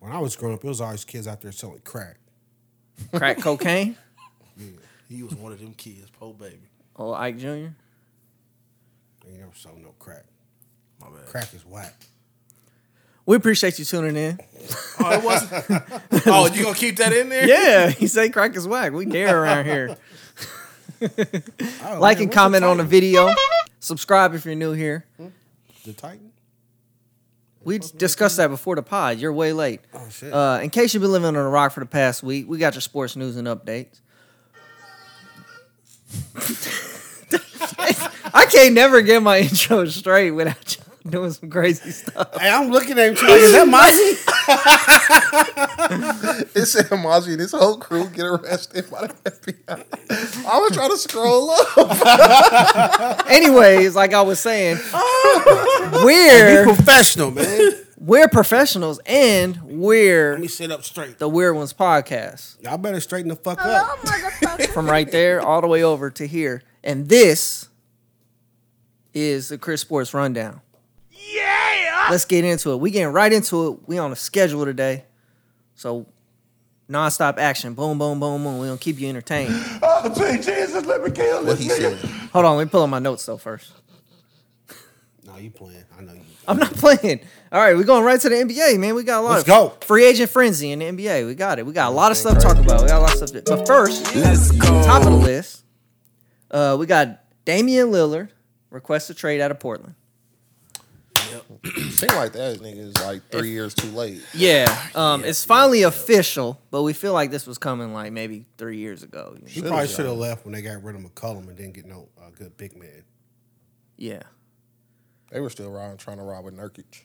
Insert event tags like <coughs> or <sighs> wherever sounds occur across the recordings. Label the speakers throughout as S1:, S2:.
S1: When I was growing up, it was always kids out there selling crack.
S2: Crack cocaine
S3: He was one of them kids, poor baby.
S2: or Ike Jr.
S1: They never sold no crack.
S3: My
S1: <laughs>
S3: bad.
S1: Crack is whack.
S2: We appreciate you tuning in.
S3: Oh, it wasn't. oh, you gonna keep that in there?
S2: <laughs> Yeah, he say crack is whack. We dare around here.
S1: Oh,
S2: <laughs> Like
S1: man,
S2: and
S1: what's
S2: comment
S1: the
S2: on the
S1: Titan?
S2: video. Subscribe if you're new here.
S1: The Titan?
S2: We discussed that before the pod. You're way late.
S1: Oh, shit.
S2: Uh, in case you've been living under a rock for the past week, we got your sports news and updates. <laughs> I can't never get my <laughs> intro straight without you doing some crazy stuff.
S1: hey, I'm looking at him too. Like, is that Mozzie?
S4: <laughs> It said Amazi and his whole crew get arrested by the FBI. I was trying to scroll up.
S2: <laughs> Anyways, like I was
S4: <laughs>
S2: saying, we're
S1: Professional,
S3: <laughs>
S1: man.
S2: we're professionals and
S1: Let
S2: we're
S1: me sit up straight.
S2: the Weird Ones podcast.
S1: Y'all better straighten the fuck up.
S2: From right there all the way over to here, and this is the Chris Sports Rundown. Yeah, let's get into it. We getting right into it. We on a schedule today, so nonstop action. Boom, boom, boom, boom. We gonna keep you entertained.
S4: What he said.
S2: Hold on, let me pull up my notes though first.
S1: No, you playing. I know you.
S2: I'm not playing. All right, we're going right to the NBA, man. We got a lot
S1: Let's
S2: of
S1: go.
S2: free agent frenzy in the NBA. We got it. We got a lot of stuff to talk about. We got a lot of stuff. To, but first, top of the list, uh, we got Damian Lillard requests a trade out of Portland.
S4: Seem like that nigga is like three years too late.
S2: Yeah, um, it's finally official, but we feel like this was coming like maybe three years ago.
S1: He probably should have left when they got rid of McCollum and didn't get no uh, good big man.
S2: Yeah,
S4: They were still riding, trying to ride with Nurkic.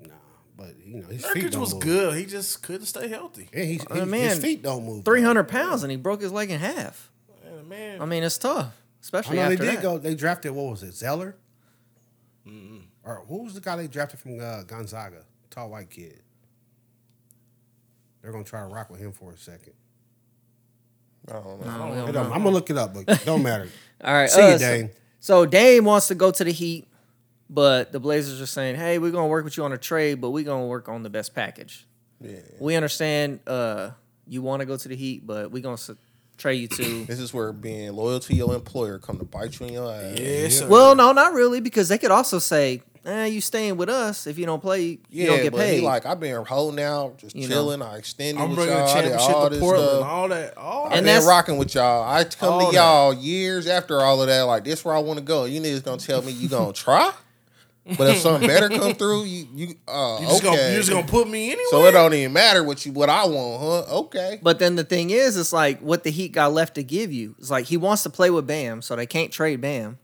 S1: Nah, but you know his feet
S3: Nurkic
S1: don't
S3: was
S1: move.
S3: good. He just couldn't stay healthy.
S1: Yeah, he's,
S2: Uh,
S1: he,
S2: man,
S1: his feet don't move.
S2: three hundred pounds, and he broke his leg in half.
S3: Man, the man,
S2: I mean, it's tough,
S1: I
S2: especially
S1: know they
S2: after
S1: did
S2: that.
S1: go. They drafted what was it, Zeller? Or who was the guy they drafted from uh, Gonzaga? Tall white kid. They're gonna try to rock with him for a second.
S4: I don't know.
S1: It don't- I'm gonna look it up, but it don't
S2: <laughs>
S1: matter.
S2: All right.
S1: See you,
S2: so-
S1: Dame.
S2: So, Dame wants to go to the Heat, but the Blazers are saying, "Hey, we're gonna work with you on a trade, but we're gonna work on the best package.
S4: Yeah.
S2: We understand uh, you want to go to the Heat, but we're gonna s- trade you
S4: <coughs>
S2: to."
S4: This is where being loyal to your employer come to bite you in your ass.
S3: yes, sir.
S2: well, no, not really, because they could also say, "Eh, you staying with us? If you don't play, you
S4: Yeah,
S2: don't get
S4: but
S2: paid."
S4: he like I've been holding out, just
S2: You know.
S4: chilling. I extended
S3: I'm
S4: with
S3: bringing
S4: y'all,
S3: the
S4: I did all
S3: championship to
S4: this
S3: Portland.
S4: stuff.
S3: All that. All
S4: I've
S2: And
S3: that.
S4: been
S2: that's-
S4: rocking with y'all. I come
S3: All
S4: to y'all years after all of that. Like this, where I want to go. You niggas gonna tell me you gonna try, but if something better come through, you you uh
S3: You just,
S4: okay.
S3: gonna, you just gonna put me anyway.
S4: so it don't even matter what you what I want, huh? Okay.
S2: But then the thing is, it's like what the Heat got left to give you. It's like he wants to play with Bam, so they can't trade Bam.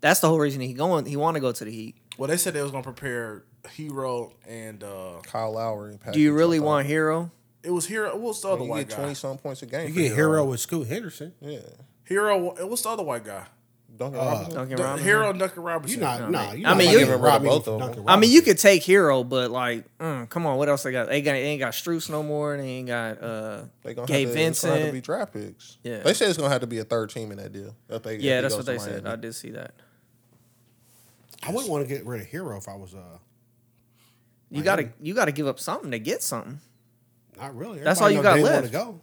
S2: That's the whole reason he going. He want to go to the Heat.
S3: well, they said they was gonna prepare Hero and uh
S4: Kyle Lowry. And
S2: Do you really want Hero?
S3: it was Hero. What's the other
S4: You
S3: white
S4: get twenty
S3: guy?
S4: some points a game.
S1: You
S4: for
S1: get hero with Scoot Henderson.
S4: Yeah.
S3: Hero. What's the other white guy?
S4: Duncan
S1: Uh,
S4: Robinson.
S2: Duncan
S3: The-
S2: Robinson?
S3: Hero and Duncan Robertson.
S1: You not,
S2: No,
S1: nah.
S2: I
S1: You
S2: mean, you-
S4: Give him both of them.
S2: I mean, you could take Hero, but like, mm, come on, what else they got? They, got, they ain't got Struce no more. They ain't got uh,
S4: They
S2: Gabe
S4: gonna have to, it's
S2: Vincent.
S4: gonna have to be draft picks.
S2: Yeah.
S4: They said it's gonna have to be a third team in that deal. If they, if
S2: yeah,
S4: he
S2: that's
S4: goes
S2: what they
S4: to
S2: said. I
S4: Miami.
S2: did see that.
S1: I wouldn't want to get rid of hero if I was uh.
S2: You gotta you gotta give up something to get something.
S1: Not really.
S2: That's all you
S1: Everybody know
S2: got
S1: Dame wanna Go.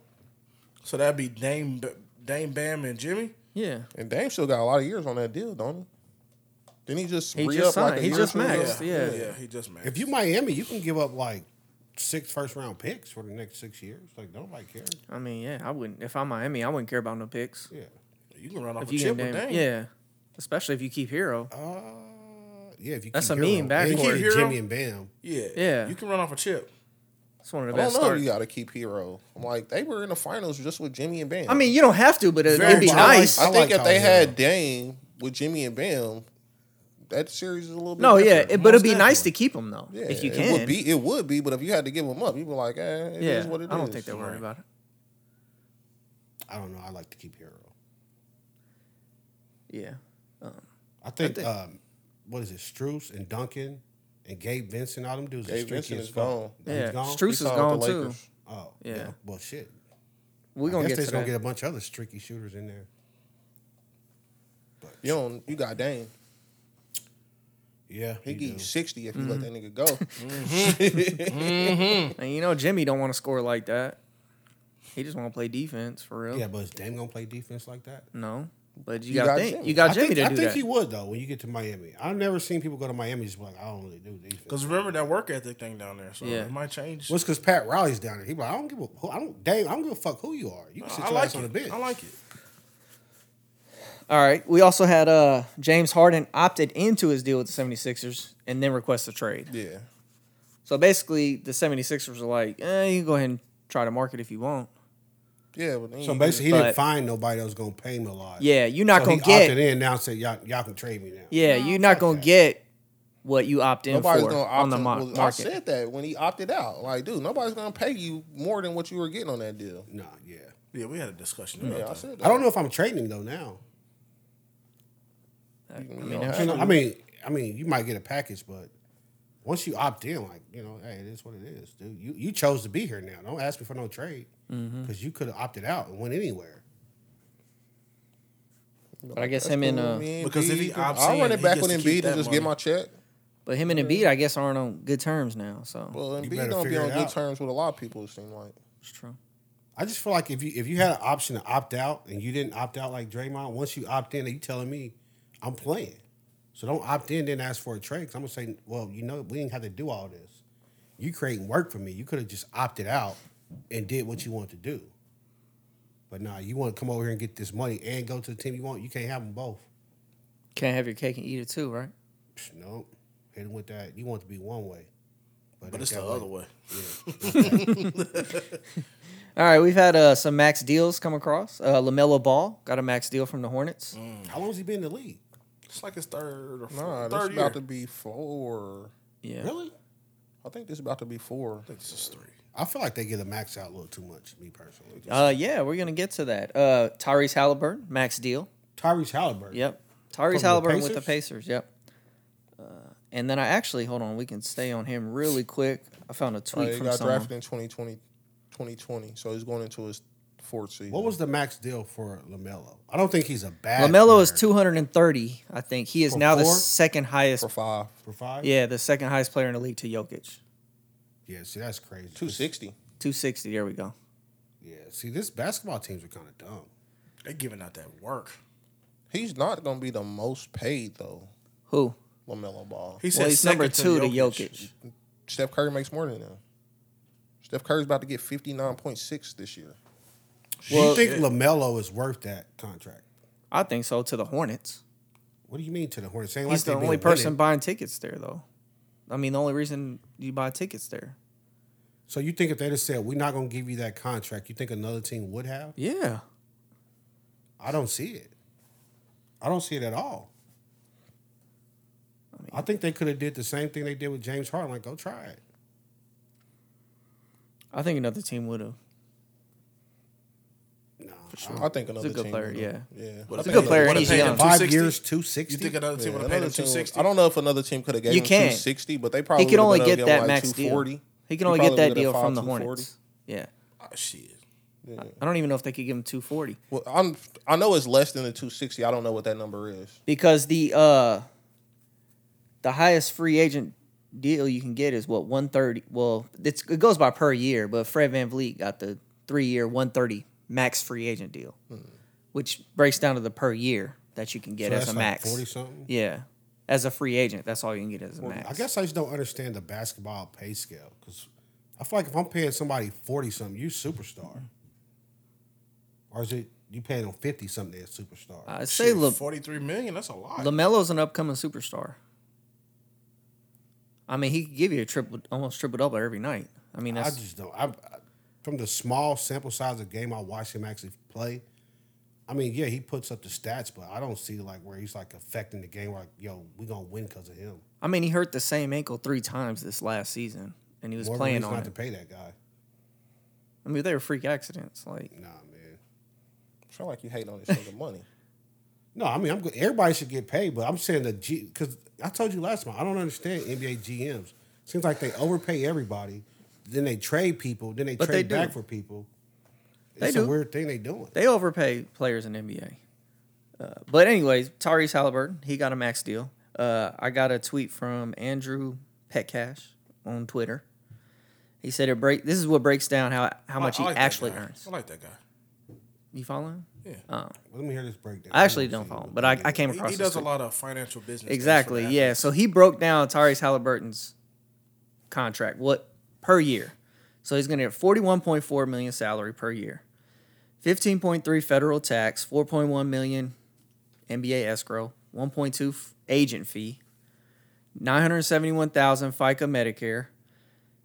S3: So that'd be Dame, B- Dame Bam, and Jimmy.
S2: Yeah,
S4: And Dame still got a lot of years on that deal, don't he? Didn't he just
S2: He
S4: re
S2: just
S4: up like
S2: signed.
S4: a
S2: He
S4: year
S2: just
S4: or two ago?
S2: maxed, yeah.
S3: yeah. He just man.
S1: If you Miami, you can give up like six first round picks for the next six years. Like nobody cares.
S2: I mean, yeah, I wouldn't. If I'm Miami, I wouldn't care about no picks.
S1: Yeah.
S3: you can run off
S2: If
S3: a
S2: you
S3: chip
S2: get
S3: with Dame.
S2: Dame, yeah, especially if you keep Hero.
S1: Uh, yeah. If you
S2: That's
S1: keep
S2: a mean
S1: Hero, and you
S2: backcourt.
S1: keep
S3: Hero?
S1: Jimmy and Bam.
S3: yeah,
S2: Yeah.
S3: You can run off a chip.
S2: It's one of
S4: I
S2: the
S4: don't
S2: best
S4: know. if
S2: starts.
S4: You got to keep Hero. I'm like they were in the finals just with Jimmy and Bam.
S2: I mean, you don't have to, but it,
S3: Very
S2: it'd be
S3: much.
S2: nice.
S1: I
S4: I,
S1: like
S4: think if
S1: Tyler
S4: they
S1: Hero.
S4: had Dame with Jimmy and Bam, that series is a little bit.
S2: no, yeah,
S4: different.
S2: it, but it'd be
S3: Most
S2: nice to keep him though,
S4: Yeah,
S2: if you
S4: it
S2: can.
S4: would be. It would be, but if you had to give them up, you'd be like, eh, it is
S2: yeah,
S4: what it is.
S2: I don't think they worry
S3: Right.
S2: about it.
S1: I don't know. I like to keep Hero.
S2: Yeah,
S1: I think, um, what is it, Struce and Duncan and Gabe Vincent, all them dudes are
S4: Gabe
S1: streaky
S4: Vincent
S1: as
S4: is
S1: fuck.
S4: gone.
S1: He's
S2: yeah.
S1: gone?
S2: Struce is
S4: signed
S2: gone
S4: with the
S2: too.
S4: Lakers.
S1: Oh,
S2: Yeah.
S1: yeah. Well, shit.
S2: We're
S1: I
S2: gonna
S1: guess
S2: get
S1: they're
S2: to
S1: going to
S2: that.
S1: get a bunch of other streaky shooters in there.
S4: You don't. You got Dame.
S1: Yeah,
S4: He give you
S1: do.
S4: sixty if you let
S2: Mm-hmm.
S4: that nigga
S2: <laughs>
S4: go.
S2: And you know Jimmy don't want to score like that. He just want to play defense for real.
S1: Yeah, but is Dame gonna play defense like that?
S2: No, but you,
S4: You
S2: got
S4: got
S2: think,
S4: Jimmy.
S2: you got
S1: I
S2: Jimmy
S1: think,
S2: to
S1: I
S2: do
S1: think
S2: that.
S1: he would though. When you get to Miami, I've never seen people go to Miami just be like, I don't really do defense.
S3: Because remember that work ethic thing down there, so
S2: Yeah.
S3: it might change.
S1: What's because Pat Riley's down there? He be like, I don't give a, who- I don't, Dame, I don't give a fuck who you are. You can sit
S3: I
S1: your
S3: like
S1: ass
S3: it.
S1: on the bench.
S3: I like it.
S2: All right. We also had uh James Harden opted into his deal with the 76ers and then request a trade.
S4: yeah.
S2: So basically the 76ers are like, eh, you can go ahead and try to market if you want.
S4: Yeah, but then
S1: So
S4: you
S1: basically, he
S2: But-
S1: didn't find nopody that was gonna pay him a lot.
S2: Yeah, you're not
S1: so
S2: gonna
S1: he
S2: get
S1: opted in now. and Said y'all, y'all can trade me now.
S2: Yeah, you're not
S1: fuck
S2: gonna
S1: that.
S2: get what you opt in
S4: nobody's
S2: for
S4: gonna opt
S2: on the
S4: in-
S2: mo-
S4: well, I
S2: market.
S4: said that when he opted out. Like, dude, nobody's gonna pay you more than what you were getting on that deal.
S1: Nah, yeah.
S3: Yeah, we had a discussion about
S4: Yeah, I
S3: that.
S4: said that.
S1: I don't know if I'm trading him though now.
S2: I
S4: You
S2: mean,
S4: know,
S2: that's-
S1: You know, I mean, I mean, you might get a package, but once you opt in, like you know, hey, it is what it is, dude. You you chose to be here now. Don't ask me for no trade because you could have opted out and went anywhere.
S2: but I guess him and
S4: cool,
S2: uh,
S4: man.
S3: Because if he
S4: Embiid can-
S3: opts
S4: I'll run
S3: in,
S4: it
S3: he
S4: back
S3: gets to
S4: with
S3: keep
S4: Embiid
S3: that
S4: and just
S3: money.
S4: get my check.
S2: but him and Embiid, I guess, aren't on good terms now. So
S4: Well,
S1: You
S4: Embiid
S1: better
S4: don't be
S1: figure
S4: on
S1: it
S4: good
S1: out.
S4: terms with a lot of people. It seems like
S2: it's true.
S1: I just feel like if you if you had an option to opt out and you didn't opt out like Draymond, once you opt in, you telling me I'm playing. So don't opt in, then ask for a trade. Because I'm gonna say, well, you know, we didn't have to do all this. You creating work for me. You could have just opted out and did what you wanted to do. But nah, you want to come over here and get this money and go to the team you want. You can't have them both.
S2: Can't have your cake and eat it too, right?
S1: Psh, No, hit him with that. You want it to be one way,
S3: But
S1: ain't
S3: it's
S1: that
S3: the other way.
S2: All right, we've had uh, some max deals come across. Uh, Lamelo Ball got a max deal from the Hornets.
S1: How long's he been in the league?
S3: It's like his third or fourth,
S4: nah, this
S3: third
S4: about
S3: year.
S4: to be four.
S2: Yeah,
S1: Really?
S4: I think this is about to be four.
S3: I think this is three.
S1: I feel like they get a max out a little too much. Me personally,
S2: Uh, yeah, we're gonna get to that. Uh, Tyrese Halliburton, max deal.
S1: Tyrese Halliburton.
S2: Yep,
S1: From
S2: Tyrese
S1: the
S2: Halliburton with the Pacers. Yep. Uh, and then I actually hold on. We can stay on him really quick. I found a
S4: Right,
S2: tweet
S4: he
S2: from
S4: Oh, got
S2: someone.
S4: drafted in 2020, 2020, so he's going into his fourth season.
S1: What was the max deal for Lamelo? I don't think he's a bad.
S2: Lamelo is
S1: player.
S2: 230. I think he is
S1: For
S2: now the
S1: four?
S2: second highest.
S4: for five?
S1: for five.
S2: Yeah, the second highest player in the league to Jokic.
S1: yeah. See, that's crazy.
S4: Two sixty.
S2: 260. There we go.
S1: Yeah. See, this basketball teams are kind of dumb.
S3: They're giving out that work.
S4: He's not going to be the most paid though.
S2: Who?
S4: Lamelo Ball.
S3: He said
S2: Well, he's number two to Jokic.
S4: Steph Curry makes more than him. Steph Curry's about to get fifty nine point six this year.
S1: do
S2: Well-
S1: you think Lamelo is worth that contract?
S2: I think so to the Hornets.
S1: What do you mean to the Hornets? Ain't
S2: He's
S1: like
S2: the
S1: they been
S2: only person
S1: winning.
S2: buying tickets there, though. I mean, the only reason you buy tickets there.
S1: So you think if they just said we're not going to give you that contract, you think another team would have?
S2: Yeah.
S1: I don't see it. I don't see it at all. I, think they could have did the same thing they did with James Harden. Like, go try it.
S2: I think another team would have.
S1: No,
S4: I think another
S2: good
S4: team
S2: player,
S4: would've-
S2: yeah.
S4: yeah.
S3: But
S4: I
S3: it's
S4: think
S2: a good player,
S4: another-
S2: and he's
S3: Would've paid
S2: young.
S3: him
S1: five
S3: 260.
S1: years, two
S3: You
S1: sixty.
S3: think another team
S4: Yeah,
S3: would have paid him
S4: another
S3: two
S4: team-
S3: sixty?
S4: I don't know if another team could have gave
S2: You
S4: him
S2: can't.
S4: two sixty, but they probably
S2: he can
S4: would've
S2: only
S4: been able to
S2: get
S4: give
S2: that
S4: him, like,
S2: max deal.
S4: 240.
S2: He can only get
S4: probably
S2: that
S4: would've
S2: deal
S4: five,
S2: from the
S4: 240.
S2: Hornets. Yeah.
S3: Ah, shit.
S2: I don't even know if they could give him 240
S4: Well, I'm I know it's less than the two sixty. I don't know what that number is.
S2: because the uh the highest free agent deal you can get is what 130. Well, it's, it goes by per year, but Fred Van Vliet got the three year 130 max free agent deal, which breaks down to the per year that you can
S1: Hmm.
S2: get
S1: So
S2: as
S1: that's
S2: a
S1: like
S2: max.
S1: 40 something?
S2: Yeah. As a free agent, that's all you can get as a max.
S1: I guess I just don't understand the basketball pay scale because I feel like if I'm paying somebody forty something, you superstar, or is it you paying them fifty something as superstar?
S2: I Uh, say
S3: Shit,
S2: look,
S3: forty-three million. That's a lot.
S2: Lamelo's an upcoming superstar. I mean, he could give you a triple, almost triple double every night. I mean,
S1: I
S2: that's
S1: just don't. I, I, from the small sample size of game I watched him actually play, I mean, yeah, he puts up the stats, but I don't see like where he's like affecting the game. Where like, yo, we gonna win because of him.
S2: I mean, he hurt the same ankle three times this last season, and he was
S1: More of a
S2: playing
S1: reason
S2: on
S1: not
S2: it.
S1: to pay that guy.
S2: I mean, they were freak accidents. Like,
S1: Nah, man.
S4: I feel like you hate on this nigga money.
S1: No, I mean, I'm good. Everybody should get paid, but I'm saying that G because I told you last month, I don't understand NBA GMs. Seems like they overpay everybody, then they trade people, then they
S2: But
S1: trade
S2: they do.
S1: back for people.
S2: They
S1: It's
S2: do.
S1: a weird thing they doing.
S2: they overpay players in NBA. Uh, but anyways, Tyrese Halliburton, he got a max deal. Uh, I got a tweet from Andrew Petcash on Twitter. He said it break. This is what breaks down how how
S3: I-
S2: much
S3: I
S2: he
S3: like that
S2: actually
S3: guy.
S2: earns.
S3: I like that guy.
S2: You follow him?
S3: Yeah.
S1: Let me hear this breakdown.
S2: I actually don't follow him, but I, I came
S3: He,
S2: across.
S3: he
S2: this
S3: does a
S2: tweet.
S3: lot of financial business. things for
S2: Exactly.
S3: the
S2: Yeah.
S3: athletes.
S2: So he broke down Tyrese Halliburton's contract what per year. So he's going to get 41.4 million salary per year. 15.3 federal tax, 4.1 million NBA escrow, 1.2 f- agent fee, 971,000 FICA Medicare,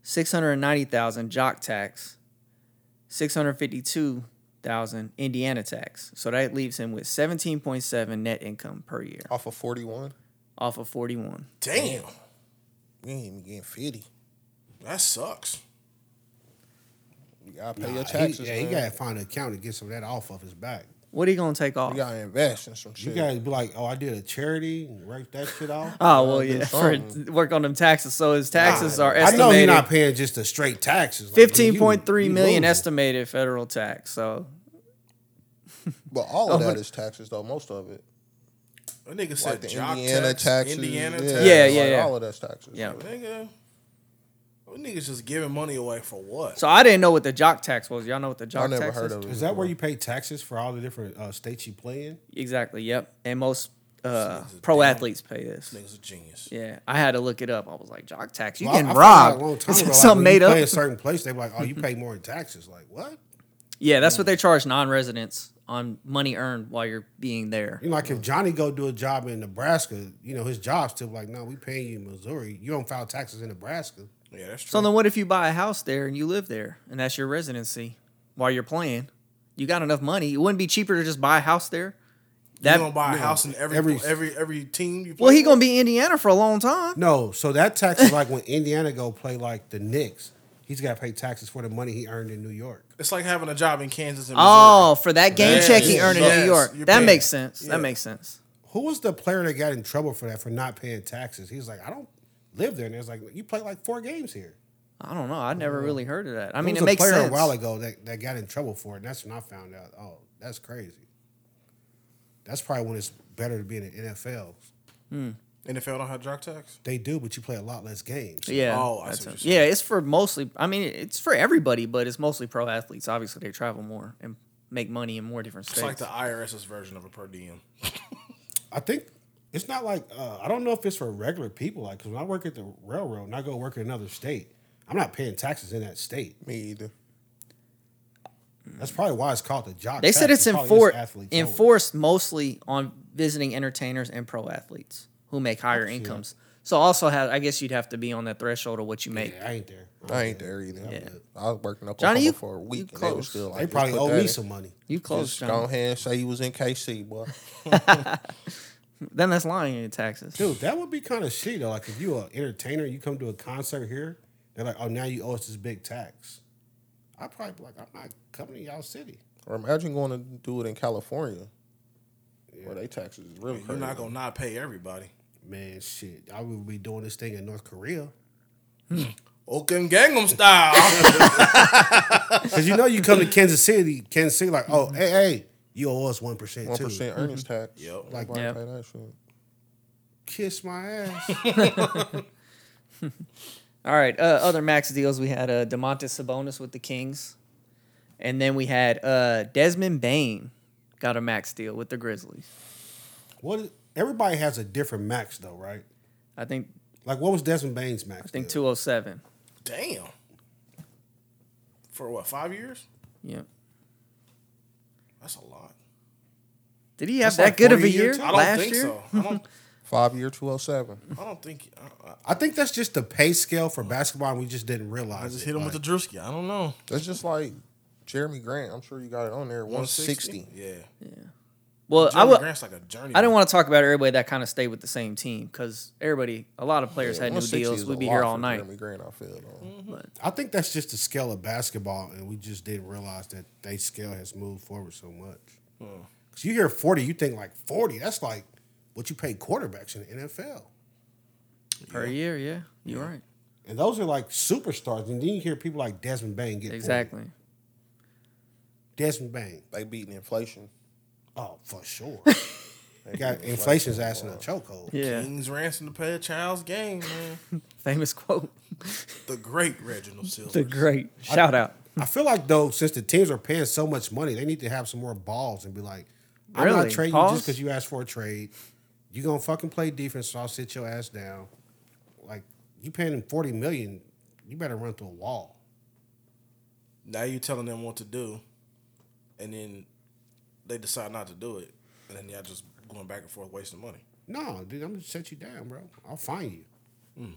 S2: 690,000 jock tax, 652,000 Indiana tax. So that leaves him with 17.7 net income per year
S4: off of forty one.
S2: off of 41.
S3: Damn,
S4: We ain't even getting fifty.
S3: that sucks.
S4: You gotta pay
S1: Nah,
S4: your
S1: he-
S4: taxes.
S1: yeah, you
S4: man.
S1: gotta find an account to get some of that off of his back.
S2: What are you going to take off?
S4: You gotta invest in some
S1: You
S4: shit.
S1: gotta be like, oh, I did a charity, and write that shit off.
S2: oh, well,
S4: gotta do
S2: yeah. For,
S4: something.
S2: work on them taxes. So his taxes are
S1: I know you're
S2: estimated
S1: not paying just the straight taxes. Like,
S2: fifteen point three
S1: you- you
S2: million
S1: losing.
S2: estimated federal tax. So
S4: But all
S1: Oh,
S4: of that is taxes, though. Most of it,
S3: That nigga
S4: like
S3: said
S4: the
S3: jock
S4: Indiana
S3: tax,
S4: taxes,
S3: Indiana tax.
S4: yeah,
S2: Yeah,
S4: like,
S2: yeah, yeah.
S4: all of that's taxes.
S2: Yeah.
S4: So,
S3: Nigga, those niggas just giving money away for what?
S2: so I didn't know what the jock tax was. Y'all know what the
S4: I
S2: jock
S4: never
S2: tax
S4: heard
S2: is?
S4: of it.
S1: Is that where you pay taxes for all the different uh, states you play in?
S2: Exactly. Yep. And most uh,
S3: This is
S2: pro
S3: damn-
S2: athletes pay this.
S3: niggas a genius.
S2: Yeah. I had to look it up. I was like, jock tax. You
S1: Well, I-
S2: getting
S1: I found out a
S2: <laughs>
S1: long
S2: robbed.
S1: time
S2: It's
S1: ago, like,
S2: something
S1: when you
S2: made up.
S1: Play a certain place, they were like, oh, you pay more in taxes. Like what?
S2: Yeah. That's what they charge non residents on money earned while you're being there.
S1: You know, like if Johnny go do a job in Nebraska, you know his job's still like, no, we paying you in Missouri. You don't file taxes in Nebraska.
S3: Yeah, that's true.
S2: So then, what if you buy a house there and you live there, and that's your residency while you're playing? You got enough money. It wouldn't be cheaper to just buy a house there.
S3: you
S2: That
S3: don't buy a house in every
S1: every-
S3: every every, team you play.
S2: well, he
S3: for?
S2: gonna be in Indiana for a long time.
S1: No, so that tax is <laughs> like when Indiana go play like the Knicks. He's got to pay taxes for the money he earned in New York.
S3: It's like having a job in Kansas. And
S2: Oh, for that game
S3: Yes,
S2: check he earned in
S3: yes,
S2: New York.
S3: you're
S2: That
S3: paying
S2: makes
S3: it.
S2: sense.
S3: Yeah.
S2: That makes sense.
S1: Who was the player that got in trouble for that for not paying taxes? He was like, I don't live there, and it's like you play like four games here.
S2: I don't know. I never really heard of that. I
S1: There
S2: mean,
S1: was
S2: it
S1: a
S2: makes
S1: player
S2: sense.
S1: a while ago that, that got in trouble for it, and that's when I found out. Oh, that's crazy. That's probably when it's better to be in the NFL.
S3: York. NFL don't have drug tax.
S1: They do, but you play a lot less games.
S2: Yeah.
S3: Oh, I see
S2: that's
S3: what
S2: it.
S3: you're
S2: yeah, it's for mostly. I mean, it's for everybody, but it's mostly pro athletes. Obviously, they travel more and make money in more different states.
S3: It's like the IRS's version of a per diem.
S1: I think it's not like uh, I don't know if it's for regular people. Like, 'cause when I work at the railroad and I go work in another state, I'm not paying taxes in that state.
S4: Me either.
S1: That's probably why it's called the jock.
S2: They said
S1: tax.
S2: it's
S1: It probably is
S2: enfor-
S1: athletes only.
S2: enforced mostly on visiting entertainers and pro athletes who make higher incomes. So also, have, I guess you'd have to be on that threshold of what you make.
S1: Yeah, I ain't there.
S4: I ain't there either. I was working up
S2: Johnny,
S4: Johnny,
S2: you-
S4: for a
S2: you
S4: week. and they
S2: close.
S4: was still like,
S1: They
S4: just
S1: probably
S4: put
S1: owe
S4: that
S1: me
S4: in.
S1: some money.
S2: You close,
S4: Just go
S2: John.
S4: ahead and say you was in KC, boy.
S2: Then that's lying in your taxes.
S1: Dude, that would be kind of shitty though. Like if you an entertainer, you come to a concert here, they're like, "Oh, now you owe us this big tax." I probably be like, "I'm not coming to y'all city."
S4: Or imagine going to do it in California, where they taxes is really
S3: You're
S4: crazy.
S3: not gonna not pay everybody.
S1: Man, shit, I would be doing this thing in North
S3: <laughs>
S1: Korea
S3: Oaken Gangnam style.
S2: <laughs>
S1: because you know you come to Kansas City, Kansas City, like, "Oh, hey, hey, you owe us one percent
S4: One
S1: too."
S4: percent
S1: <laughs>
S4: earnings tax.
S3: Yep.
S4: Like
S2: Yeah.
S4: pay that shit.
S1: Kiss my ass.
S2: All right, uh, other max deals we had uh, Demontis Sabonis with the Kings, and then we had uh, Desmond Bain got a max deal with the Grizzlies.
S1: what? Is, everybody has a different max though, right?
S2: I think
S1: Like, what was Desmond Bain's max?
S2: I think two oh seven.
S3: Damn. For what? Five years?
S2: Yeah.
S3: That's a lot.
S2: Did he
S1: That's
S2: have that
S1: like
S2: good of a
S1: 40 year
S2: year
S1: too.
S3: I don't
S2: last
S3: think
S2: year?
S3: so. I don't.
S4: Five year two oh seven.
S3: I don't think. I, I,
S1: I think that's just the pay scale for basketball, and we just didn't
S3: I
S1: realize.
S3: just
S1: it.
S3: hit him
S1: Like,
S3: with the Drewski. I don't know.
S4: That's just like Jeremy Grant. I'm sure you got it on there. One sixty.
S3: Yeah.
S2: Well, I
S3: Jeremy
S2: would.
S3: Grant's like a journey.
S2: I didn't want to talk about everybody that kind of stayed with the same team because everybody, a lot of players had new
S4: 160
S2: deals.
S4: is a
S2: We'd be
S4: lot
S2: here
S4: for
S2: all night.
S4: Jeremy Grant, I feel. though.
S1: I think that's just the scale of basketball, and we just didn't realize that they scale has moved forward so much. Because you hear forty, you think like forty. That's like what you pay quarterbacks in the NFL,
S2: Per year, yeah. You're right.
S1: and those are like superstars. And then you hear people like Desmond Bain get 40.
S2: Exactly.
S1: Desmond Bain.
S4: They beating inflation.
S1: Oh, for sure. You got inflation's ass in a chokehold.
S2: Yeah.
S3: King's ransom to pay a child's game, man.
S2: <laughs> Famous quote.
S3: The great Reginald
S2: The
S3: Silver.
S2: great shout out.
S1: I feel like though, since the teams are paying so much money, they need to have some more balls and be like, "I'm
S2: Really?
S1: not trading you
S2: Pause?
S1: just because you asked for a trade. You gonna fucking play defense, so I'll sit your ass down. Like you paying him forty million, you better run through a wall.
S3: Now you telling them what to do, and then they decide not to do it, and then y'all just going back and forth wasting money.
S1: No, dude, I'm gonna set you down, bro. I'll find you.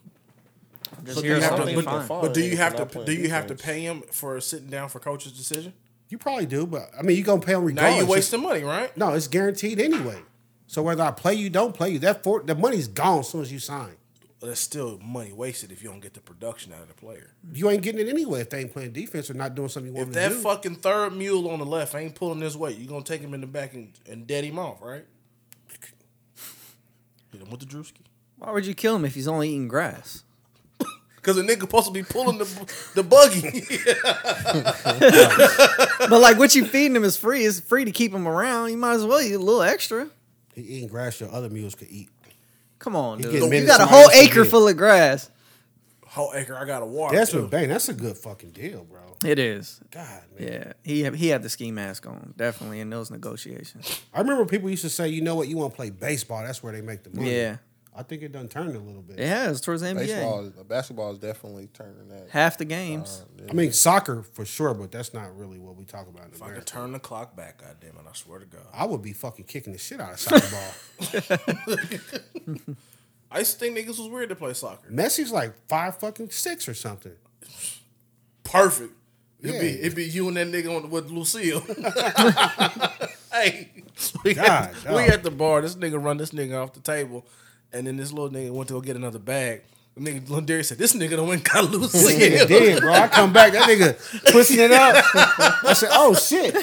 S2: Just
S3: do you
S2: here's
S3: have to-
S2: something
S3: but-
S2: fine.
S3: But do you have to do you have to pay him for sitting down for coach's decision?
S1: You probably do, but I mean, you gonna pay him
S3: Now
S1: regardless.
S3: you
S1: It's-
S3: wasting money, right?
S1: No, it's guaranteed anyway. So whether I play you, don't play you, that for the money's gone as soon as you sign.
S3: That's still money wasted if you don't get the production out of the player.
S1: You ain't getting it anyway if they ain't playing defense or not doing something you want
S3: If
S1: them
S3: that
S1: to do.
S3: fucking third mule on the left ain't pulling this weight, you gonna take him in the back and, and dead him off, <laughs> right? Hit him with the Drewski.
S2: Why would you kill him if he's only eating grass? <laughs>
S3: Cause a nigga supposed to be pulling the the buggy. <laughs>
S2: But like what you feeding him is free. It's free to keep him around. You might as well eat a little extra.
S1: he eating grass your other mules could eat.
S2: Come on, dude.
S1: getting
S2: You
S1: minutes
S2: got a
S1: somebody
S2: whole
S1: else can
S2: acre
S1: get.
S2: full of grass.
S3: Whole acre, Oh, I got a
S2: Oh,
S3: water.
S1: That's
S3: too.
S1: what bang. That's a good fucking deal, bro.
S2: It is.
S1: God, man.
S2: Yeah, he had- he had the ski mask on definitely in those negotiations.
S1: I remember people used to say, you know what, you want to play baseball. That's where they make the money.
S2: Yeah.
S1: I think it done turned a little bit.
S2: It has towards the NBA.
S4: Baseball, is- basketball is definitely turning that.
S2: <laughs> Half the games.
S1: I mean, soccer for sure, but that's not really what we talk about in
S3: If I could
S1: America.
S3: turn the clock back, goddamn it, I swear to God.
S1: I would be fucking kicking the shit out of soccer
S2: <laughs>
S1: ball.
S3: I used to think niggas was weird to play soccer.
S1: Messi's like five fucking six or something.
S3: Perfect. It'd be
S1: Yeah.
S3: it'd be you and that nigga on, with Lucille. <laughs> hey, we,
S1: God,
S3: at,
S1: dog.
S3: we at the bar. This nigga run this nigga off the table, and then this little nigga went to go get another bag. The nigga Lundari said, "This nigga done went and got <laughs>
S1: Yeah,
S3: Lucille."
S1: damn, bro. I come back, that nigga pushing it up. I said, oh
S2: <laughs>
S1: shit.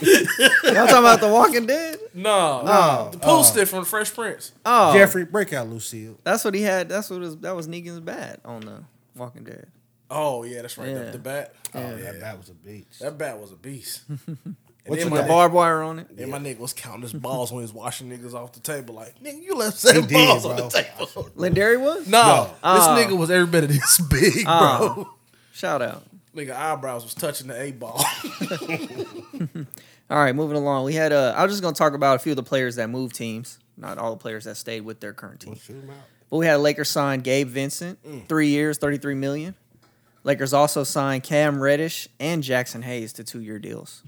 S2: Y'all talking about The Walking Dead?
S3: no, no, the
S1: Uh-uh.
S3: pool stiff from Fresh Prince.
S2: <laughs> <laughs> Oh,
S1: Jeffrey, break out Lucille.
S2: that's what he had. That's what was, that was Negan's bat on The Walking Dead.
S3: Oh yeah, that's right.
S2: Yeah.
S3: The, the bat.
S1: Oh, that bat was a beach.
S3: That bat was
S2: <laughs>
S3: a beast. And
S1: What's
S3: then
S1: with Yeah.
S2: The
S3: my
S2: barbed wire on it.
S3: And my nigga was counting his balls when he was washing niggas off the table. Like, nigga, you left seven
S1: did,
S3: balls on
S1: bro.
S3: the table.
S2: Lindari was?
S3: No,
S2: Oh.
S3: <laughs> this nigga was every bit of this <laughs> big,
S2: Uh.
S3: bro.
S2: Shout out.
S3: Nigga eyebrows was touching the eight ball. <laughs>
S2: All right, moving along. We had uh I was just gonna talk about a few of the players that moved teams, not all the players that stayed with their current team.
S1: Shoot him out.
S2: But we had Lakers sign Gabe Vincent, three years, thirty-three million. Lakers also signed Cam Reddish and Jackson Hayes to two-year deals.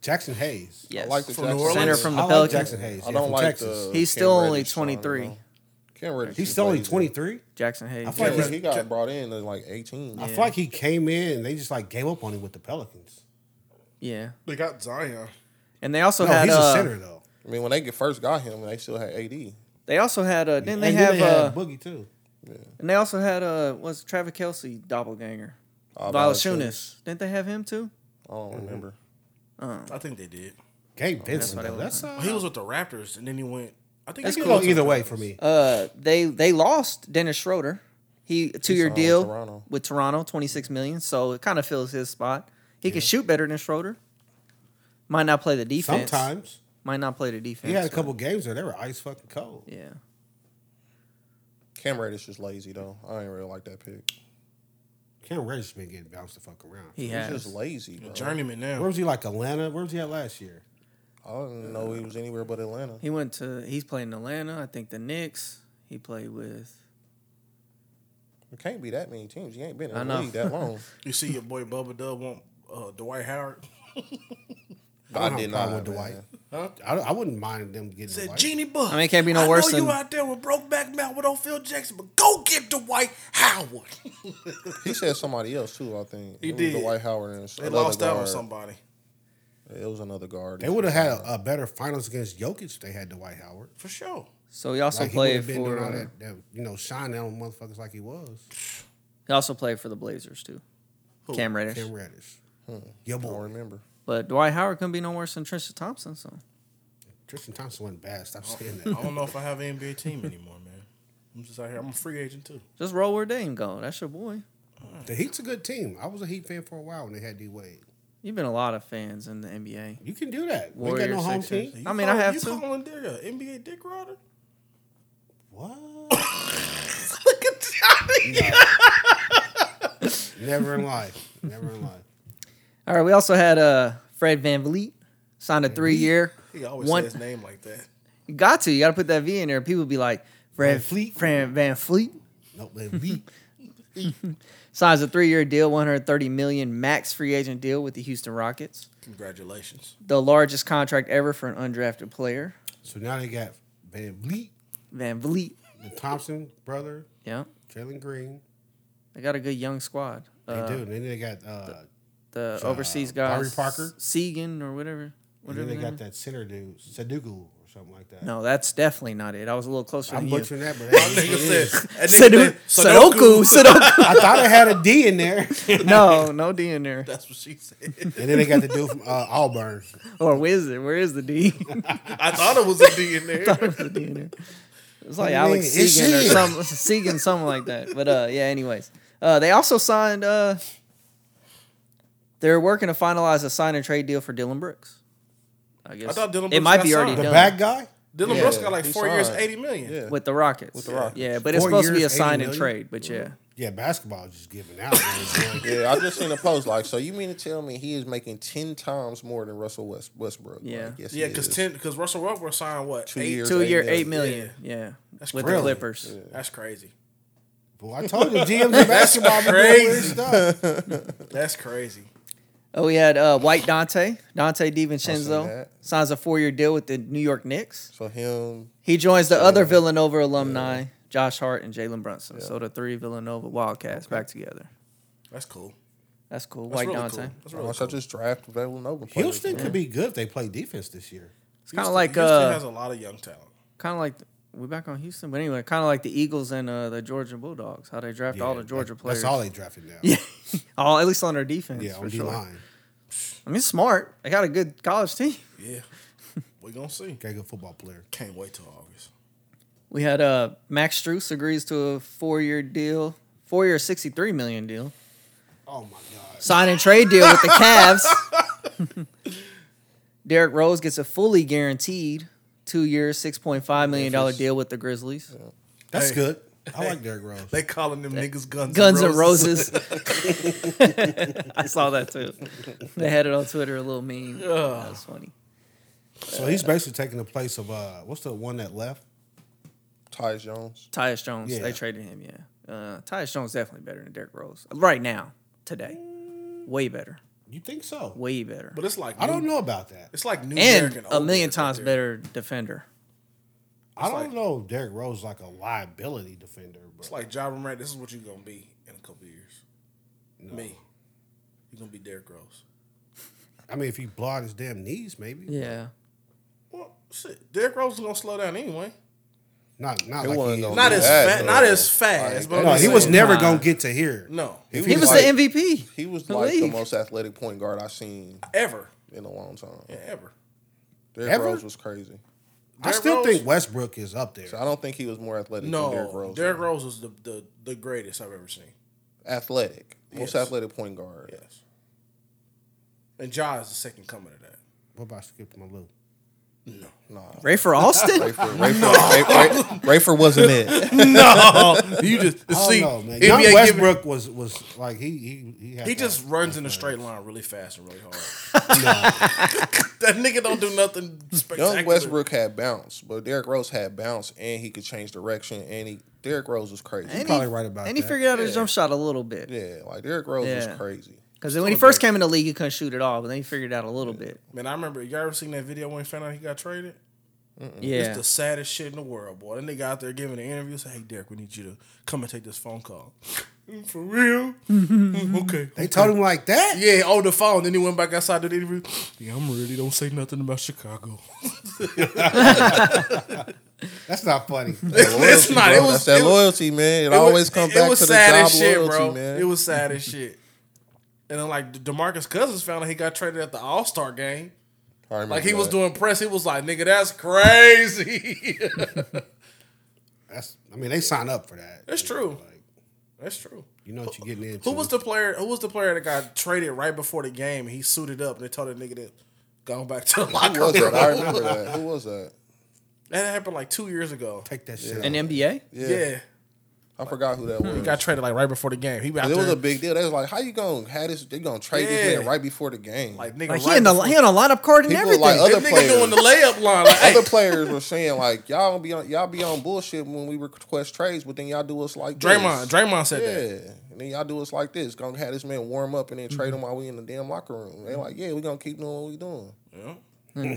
S1: Jackson Hayes.
S2: Yes,
S4: like the
S2: from
S4: Jackson
S2: the center
S4: Hayes.
S2: from
S1: I
S2: the
S1: like
S2: Pelicans.
S1: Jackson Hayes.
S4: I
S1: yeah,
S4: don't
S1: from
S4: like
S1: Texas.
S4: the.
S2: He's
S4: Cam
S2: still only
S4: Reddish sign, I don't
S2: 23.
S4: know. Cam Reddish
S1: He's
S4: is
S1: still only
S4: lazy.
S1: 23.
S2: Jackson Hayes.
S1: I feel
S4: Cam
S1: like
S4: Reddish, he got brought in at like 18.
S1: I feel like he came in and they just like gave up on him with the Pelicans.
S2: yeah,
S3: they got Zion.
S2: and they also
S1: No,
S2: had
S1: he's a
S2: uh,
S1: center though.
S4: I mean, when they get- first got him, they still had AD.
S2: they also had uh, didn't they
S1: And
S2: have
S1: then
S2: uh,
S1: Boogie too.
S2: and they also had uh, was Travis Kelsey doppelganger,
S1: Oh,
S4: Uh,
S2: Valachunas. Didn't they have him too?
S4: I don't
S2: Mm-hmm.
S4: remember.
S3: I think they did.
S1: Gabe Vincent.
S2: what I
S1: though.
S2: would
S1: That's uh,
S3: He was with the Raptors, and then he went. I think
S1: that's
S3: he
S1: could
S3: did
S1: go
S3: with the
S1: either way
S3: Raptors.
S1: for me.
S2: Uh, they they lost Dennis Schroeder. He two year
S4: signed with
S2: deal
S4: Toronto.
S2: with Toronto, twenty six million. So it kind of fills his spot. He can shoot better than Schroeder. Might not play the defense.
S1: Sometimes
S2: might not play the defense.
S1: he had a
S2: but-
S1: couple games where they were ice fucking cold.
S2: Yeah,
S4: Cam Reddish is lazy, though. I ain't really like that pick.
S1: Cam Reddish been getting bounced the fuck around.
S2: he
S4: He's
S2: has.
S4: just lazy, bro.
S3: Journeyman now.
S1: Where was he like Atlanta? Where was he at last year?
S4: I didn't know he was anywhere but Atlanta.
S2: He went to. He's played in Atlanta. I think the Knicks. He played with.
S4: It can't be that many teams. He ain't been
S2: I
S4: in the
S2: know.
S4: league that
S1: <laughs>
S4: long.
S3: You see your boy Bubba Dub want uh, Dwight Howard.
S4: I,
S1: don't have
S4: did
S1: a
S4: not.
S1: problem with
S4: man.
S1: Dwight. I, don't- I wouldn't mind them getting
S3: Said
S1: Dwight.
S3: Genie Buck.
S2: I mean, it can't be no worse
S3: I know you
S2: than-
S3: out there with Brokeback Mountain with Ophil Jackson, but go get Dwight Howard.
S4: He said somebody else too. I think
S3: He
S4: it
S3: did.
S4: Was Dwight Howard and
S3: they lost out on somebody.
S4: It was another guard.
S1: They would have had a, a better finals against Jokic if they had Dwight Howard.
S3: For sure.
S2: So he also
S1: Like he
S2: played
S1: would've been
S2: for.
S1: doing all
S2: uh,
S1: that, that, you know, shining on motherfuckers like he was.
S2: He also played for the Blazers too. Cam Reddish.
S1: Cam Reddish.
S4: Hmm.
S1: Your
S4: I don't
S1: boy.
S4: remember.
S2: But Dwight Howard couldn't be no worse than Tristan Thompson. So
S1: Tristan Thompson wasn't bad. Stop
S2: Oh.
S1: saying
S2: <laughs>
S3: I
S1: that. Oh.
S3: don't know if I have an NBA team anymore, man. I'm just out here. I'm a free agent too.
S2: just roll where Dame go. That's your boy.
S1: The Heat's a good team. I was a Heat fan for a while when they had D Wade.
S2: You've been a lot of fans in the NBA.
S1: You can do that. We ain't got
S2: Warriors,
S1: no home
S2: Sixers.
S1: team.
S2: I mean, I have
S3: you
S2: to.
S3: calling Derrick a NBA dick rider?
S1: What? <laughs>
S2: Look at Johnny.
S1: Never
S2: <laughs>
S1: in life. Never in life.
S2: All right, we also had uh, Fred Van Vliet signed a three year.
S3: He always
S2: One-
S3: says his name like that.
S2: You got to. You got to put that V in there. People be like, Fred
S1: Van Fleet?
S2: Fred Van Fleet
S1: Nope. They leak.
S2: signs a three year deal, 130 million max free agent deal with the Houston Rockets.
S3: Congratulations.
S2: The largest contract ever for an undrafted player.
S1: so now they got Van Bleet,
S2: Van Vliet.
S1: the Thompson brother,
S2: Yeah.
S1: Jalen Green.
S2: They got a good young squad.
S1: They
S2: Uh,
S1: do. And then they got uh,
S2: The overseas guy.
S1: Larry Parker?
S2: Segan or whatever.
S1: and then
S2: Whatever.
S1: they
S2: the
S1: got
S2: name-
S1: that center dude, Sadugu or something like that.
S2: No, that's definitely not it. I was a little closer
S1: I'm
S2: than you.
S1: butchering that,
S2: <laughs>
S1: but that's what it
S3: Nigga
S1: is.
S3: said- that
S2: Sadu-
S3: nigga said,
S2: Sudoku.
S1: <laughs>
S2: Sudoku.
S1: I thought I had a D in there. <laughs> and
S2: no, no D in there.
S3: <laughs> That's what she said.
S1: then they got the dude from uh, Auburn.
S2: Or where is it? Where is the D? <laughs>
S3: I thought it was a D in there.
S2: thought it was a D in there. It was like
S1: Hey,
S2: Alex
S1: it's
S2: Segan or
S1: shit.
S2: something, Segan, something like that. But uh, yeah, anyways. Uh, they also signed, uh, they're working to finalize a sign and trade deal for Dylan Brooks. I guess
S3: thought Dylan
S2: it
S3: Brooks
S2: might
S3: got
S2: be already
S1: The
S2: done
S1: bad guy?
S3: Dylan
S4: Yeah,
S3: Brooks got like
S4: he's
S3: four years,
S4: hard.
S3: eighty million.
S4: Yeah.
S2: with the Rockets. With
S4: the Rockets.
S2: Yeah, but it's
S1: Four
S2: supposed to be a
S1: years,
S2: sign
S1: 80 million?
S2: and trade, but yeah.
S1: Yeah, basketball is just giving out. man. It's like-
S4: Yeah, I just seen a post like, so you mean to tell me he is making ten times more than Russell West, Westbrook?
S2: Yeah.
S4: like, yes,
S3: Yeah,
S4: he
S3: because
S4: is.
S3: ten because Russell Westbrook signed what
S4: Two
S3: eight?
S4: years.
S2: Two year,
S4: eight
S2: eight million. Yeah.
S3: That's
S2: with the
S1: crazy.
S2: Clippers.
S3: That's crazy.
S1: Boy, I told you, GMs of basketball been doing weird
S3: crazy.
S1: stuff.
S3: That's crazy.
S2: Oh, we had uh, White Dante, Dante
S4: I seen
S2: DiVincenzo,
S4: that.
S2: signs a four year deal with the New York Knicks.
S4: So him,
S2: He joins the other Villanova alumni, Josh Hart and Jalen Brunson. So the three Villanova Wildcats back together.
S3: That's cool.
S2: That's cool.
S3: That's
S2: White
S3: really
S2: Dante.
S3: cool. That's really
S4: unless I just draft Villanova. players.
S1: Houston could be good if they play defense this year.
S2: It's kind of like
S3: Houston has
S2: uh,
S3: a lot of young talent.
S2: kind of like we back on Houston, but anyway, kind of like the Eagles and uh, the Georgia Bulldogs. How they draft all the
S1: Yeah,
S2: Georgia
S1: that-
S2: players.
S1: That's all they drafted now.
S2: <laughs> Yeah, all at least on their defense.
S1: yeah
S2: for
S1: on D
S2: sure.
S1: line.
S2: I mean, it's smart. They got a good college team. <laughs>
S3: Yeah, we gonna see.
S1: Got a good football player.
S3: Can't wait till August.
S2: We had uh Max Struess agrees to a four year deal, four year sixty three million deal,
S1: Oh my God.
S2: sign and trade deal with the Cavs. <laughs> Derrick Rose gets a fully guaranteed two year six point five million dollar deal with the Grizzlies.
S1: That's
S3: Hey.
S1: good. I like Derrick Rose.
S3: <laughs> They calling them niggas guns.
S2: Guns
S3: and
S2: and Roses. I saw that too. They had it on Twitter, a little meme. That was funny.
S1: So he's basically taking the place of uh, what's the one that left?
S4: Tyus Jones.
S2: Tyus Jones,
S1: Yeah.
S2: they traded him. Yeah, uh, Tyus Jones definitely better than Derrick Rose right now, today. Way better,
S1: You think so?
S2: way better.
S3: But it's like
S1: I don't
S3: new-
S1: know about that.
S3: It's like new Derrick
S2: and
S3: and
S2: a
S3: old
S2: million
S3: Derrick right
S2: times
S3: there.
S2: better defender.
S1: I don't
S3: like-
S1: know if Derrick Rose is like a liability defender, bro.
S3: It's like John Morant. This is what you gonna be in a couple of years.
S1: No.
S3: Me, you gonna be Derrick Rose.
S1: I mean, if he blow out his damn knees, maybe.
S2: Yeah.
S3: Well, shit, Derrick Rose is gonna slow down anyway.
S1: Not not
S4: It
S1: like
S4: wasn't
S1: he is.
S4: gonna
S3: Not
S4: be
S3: as
S4: that,
S3: fa- not
S4: though.
S3: as fast,
S4: Like,
S3: but I'm
S1: No,
S3: just
S1: he was
S3: saying-
S1: never
S2: nah.
S1: gonna get to here.
S3: No,
S1: If
S2: He was
S4: like-
S2: the MVP.
S4: He was
S2: The
S4: like the
S2: league.
S4: most athletic point guard I've seen
S3: ever,
S4: in a long time.
S3: yeah, ever.
S4: Derrick
S1: Ever?
S4: Rose was crazy.
S1: I
S3: Derrick
S1: still
S3: Rose-
S1: think Westbrook is up there.
S4: So I don't think he was more athletic
S3: No,
S4: than Derrick Rose.
S3: Derrick Rose was the, the the greatest I've ever seen.
S4: Athletic. Most
S3: Yes.
S4: athletic point guard.
S3: Yes. And Ja is the second coming of that.
S1: What about Skip my loop?
S2: Rayford Austin?
S3: <laughs>
S4: Rayford, Rayford, Ray- Ray- Rayford wasn't it.
S3: No, you just
S1: I don't
S3: see.
S1: know, man.
S3: NBA
S1: Young
S3: giving-
S1: Westbrook was was like he he he, had
S3: he
S1: that.
S3: just runs in a straight line really fast
S1: <laughs>
S3: and really hard. <laughs> that nigga don't do nothing spectacular.
S4: Young Westbrook had bounce, but Derrick Rose had bounce and he could change direction. And he Derrick Rose was crazy.
S2: And
S1: probably
S2: he-
S1: right about
S2: And he
S1: that.
S2: figured out his jump shot a little bit.
S4: yeah, like Derrick Rose
S2: Yeah.
S3: <laughs>
S4: was crazy.
S2: Because when he first came in the league, he couldn't shoot at all, but then he figured it out a little bit.
S3: Man, I remember y'all ever seen that video when he found out he got traded?
S2: Yeah.
S3: It's the saddest shit in the world, boy. That nigga out there giving an interview say, Hey Derek, we need you to come and take this phone call. <laughs> For
S4: <laughs>
S3: real? okay.
S1: They told him like that.
S3: Yeah, on the phone. Then he went back outside to the interview. Yeah, I'm ready. Don't say nothing about Chicago.
S1: That's not funny.
S4: That loyalty,
S3: It's not.
S4: bro.
S3: It was-
S4: That's that
S3: it was-
S4: loyalty, man. It, always comes back to the job loyalty, man.
S3: It was sad as shit. And then like Demarcus Cousins found out he got traded at the All Star game.
S4: I remember
S3: Like he was
S4: that.
S3: doing press. He was like, "Nigga, that's crazy."
S1: <laughs>
S3: <laughs>
S1: That's I mean they sign up for that.
S3: That's true.
S1: Like,
S3: That's true.
S1: You know what you're getting into.
S3: Who was the player? Who was the player that got traded right before the game? He suited up and they told that nigga to go back
S4: <laughs>
S3: to the
S4: Who
S3: locker
S4: was
S3: room.
S4: that? I remember that. Who was that?
S3: <laughs> That happened like two years ago.
S1: take that shit?
S2: An NBA?
S4: Yeah,
S3: Yeah,
S4: I forgot who that was.
S3: got traded like right before the game. He out
S4: It
S3: there,
S4: was a big deal. They was like, "How you gonna have this? They gonna
S3: Yeah.
S4: trade this man right before the game?"
S3: like nigga.
S2: Like he
S3: right
S2: in the
S3: before-
S2: he on a lineup card and
S4: People
S2: everything.
S4: like other
S3: That nigga
S4: players.
S3: doing the layup line. Like, hey,
S4: Other players were saying like, "Y'all don't be on, y'all be on bullshit when we request trades, but then y'all do us like
S3: Draymond.
S4: This.
S3: Draymond said that.
S4: Yeah, and then y'all do us like this. Gonna have this man warm up and then
S3: Mm-hmm.
S4: trade him while we in the damn locker room. They like, yeah, we gonna keep doing what we doing.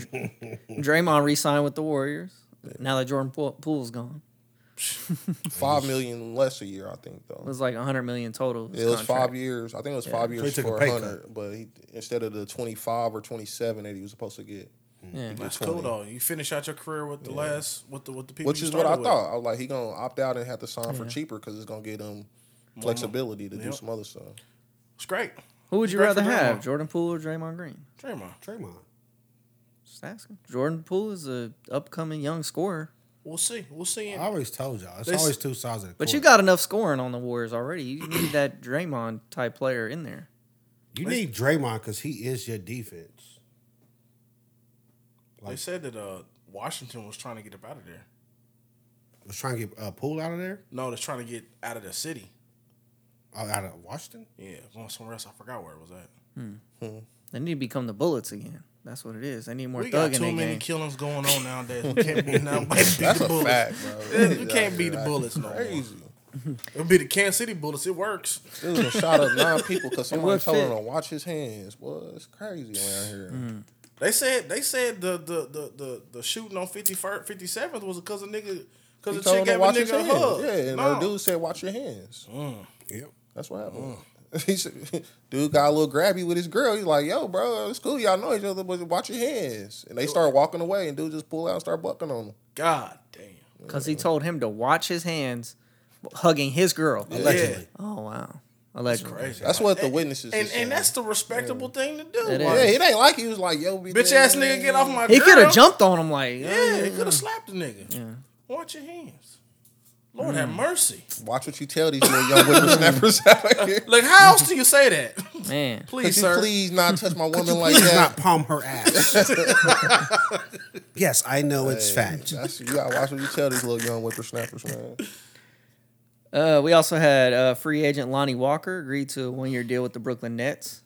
S2: Draymond re-signed with the Warriors. Now that Jordan Poole- Poole's gone,
S4: Five million less a year, I think though.
S2: it was like 100 million total.
S4: It was five years. I think it was five
S1: he
S4: years
S1: took a
S4: for
S1: pay
S4: a hundred, but he, instead of the twenty five or twenty seven that he was supposed to get,
S2: years.
S3: That's cool though. You finish out your career with the last with the with the people.
S4: which
S3: you
S4: is what I
S3: started with.
S4: thought. I was like, he gonna opt out and have to sign for cheaper because it's gonna get him flexibility to do
S3: Yep.
S4: some other stuff.
S3: It's great.
S2: Who would you
S3: Great for
S2: rather have,
S3: Draymond.
S2: Jordan Poole or Draymond Green?
S3: Draymond.
S1: Draymond.
S2: Just asking. Jordan Poole is a upcoming young scorer,
S3: We'll see. We'll see.
S1: I always told y'all it's
S3: They s-
S1: always two sides of the coin.
S2: but you got enough scoring on the Warriors already. You need that Draymond type player in there.
S1: you need Draymond because he is your defense.
S3: they said that uh, Washington was trying to get up out of there.
S1: Was trying to get uh, Poole out of there,
S3: No, they're trying to get out of the city.
S1: uh, out of Washington.
S3: Yeah, going somewhere else. I forgot where it was at.
S2: They need to become the Bullets again. That's what it is. They need more
S3: we
S2: thug
S3: got
S2: in
S3: too
S2: their
S3: many
S2: game.
S3: killings going on nowadays.
S4: <laughs>
S3: We can't be, nobody beat
S4: That's
S3: the
S4: a
S3: bullets.
S4: fact, bro.
S3: Yeah, we can't beat the bullets no more.
S4: Crazy.
S3: It'll be the Kansas City Bullets. It works.
S4: It was a shot up nine people because somebody
S2: would
S4: told him
S2: fit.
S4: to watch his hands. Well, it's crazy around here.
S3: They said they said the the the the, the shooting on 51st, 57th was because a nigga
S4: He
S3: because the chick
S4: told him to
S3: gave a
S4: watch his
S3: nigga a
S4: hands.
S3: hug.
S4: Yeah, and
S3: no. Mm.
S4: the dude said, "Watch your hands."
S1: Yep.
S4: That's what happened. <laughs> He said, dude got a little grabby with his girl. He's like, "Yo, bro, it's cool. Y'all know each other, but watch your hands." And they start walking away, and dude just pull out and start bucking on him.
S3: God damn.
S2: Because he told him to watch his hands hugging his girl.
S1: Allegedly.
S3: Yeah.
S2: Oh, wow. Allegedly.
S3: Crazy.
S4: That's what the witnesses.
S3: and
S4: is saying.
S3: and that's the respectable thing to do.
S2: It
S3: Like,
S4: yeah. It ain't like he was like, "Yo,
S3: Bitch ass nigga, get off my
S2: He
S3: girl.
S2: could have jumped Mm-hmm. on him like, oh,
S3: Yeah, he
S2: yeah.
S3: could have slapped the nigga. Watch your hands. Lord have
S4: Mm.
S3: mercy.
S4: Watch what you tell these little young whippersnappers out here.
S3: Like, how else do you say that?
S4: <laughs>
S2: man.
S3: <laughs>
S4: Could
S3: please,
S4: you
S3: sir.
S4: please not touch my woman like
S1: Please
S4: that?
S1: not palm her
S3: <laughs>
S1: ass. yes, I know it's fact.
S4: That's, you gotta watch what you tell these little young whippersnappers, man.
S2: Uh, we also had uh, free agent Lonnie Walker agreed to a one year deal with the Brooklyn Nets.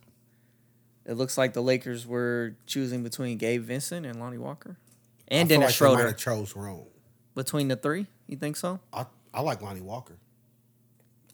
S2: It looks like the Lakers were choosing between Gabe Vincent and Lonnie Walker
S1: I
S2: and
S1: feel
S2: Dennis
S1: like they might
S2: Schroeder.
S1: have chose wrong.
S2: Between the three, you think so?
S1: I, I like Lonnie Walker.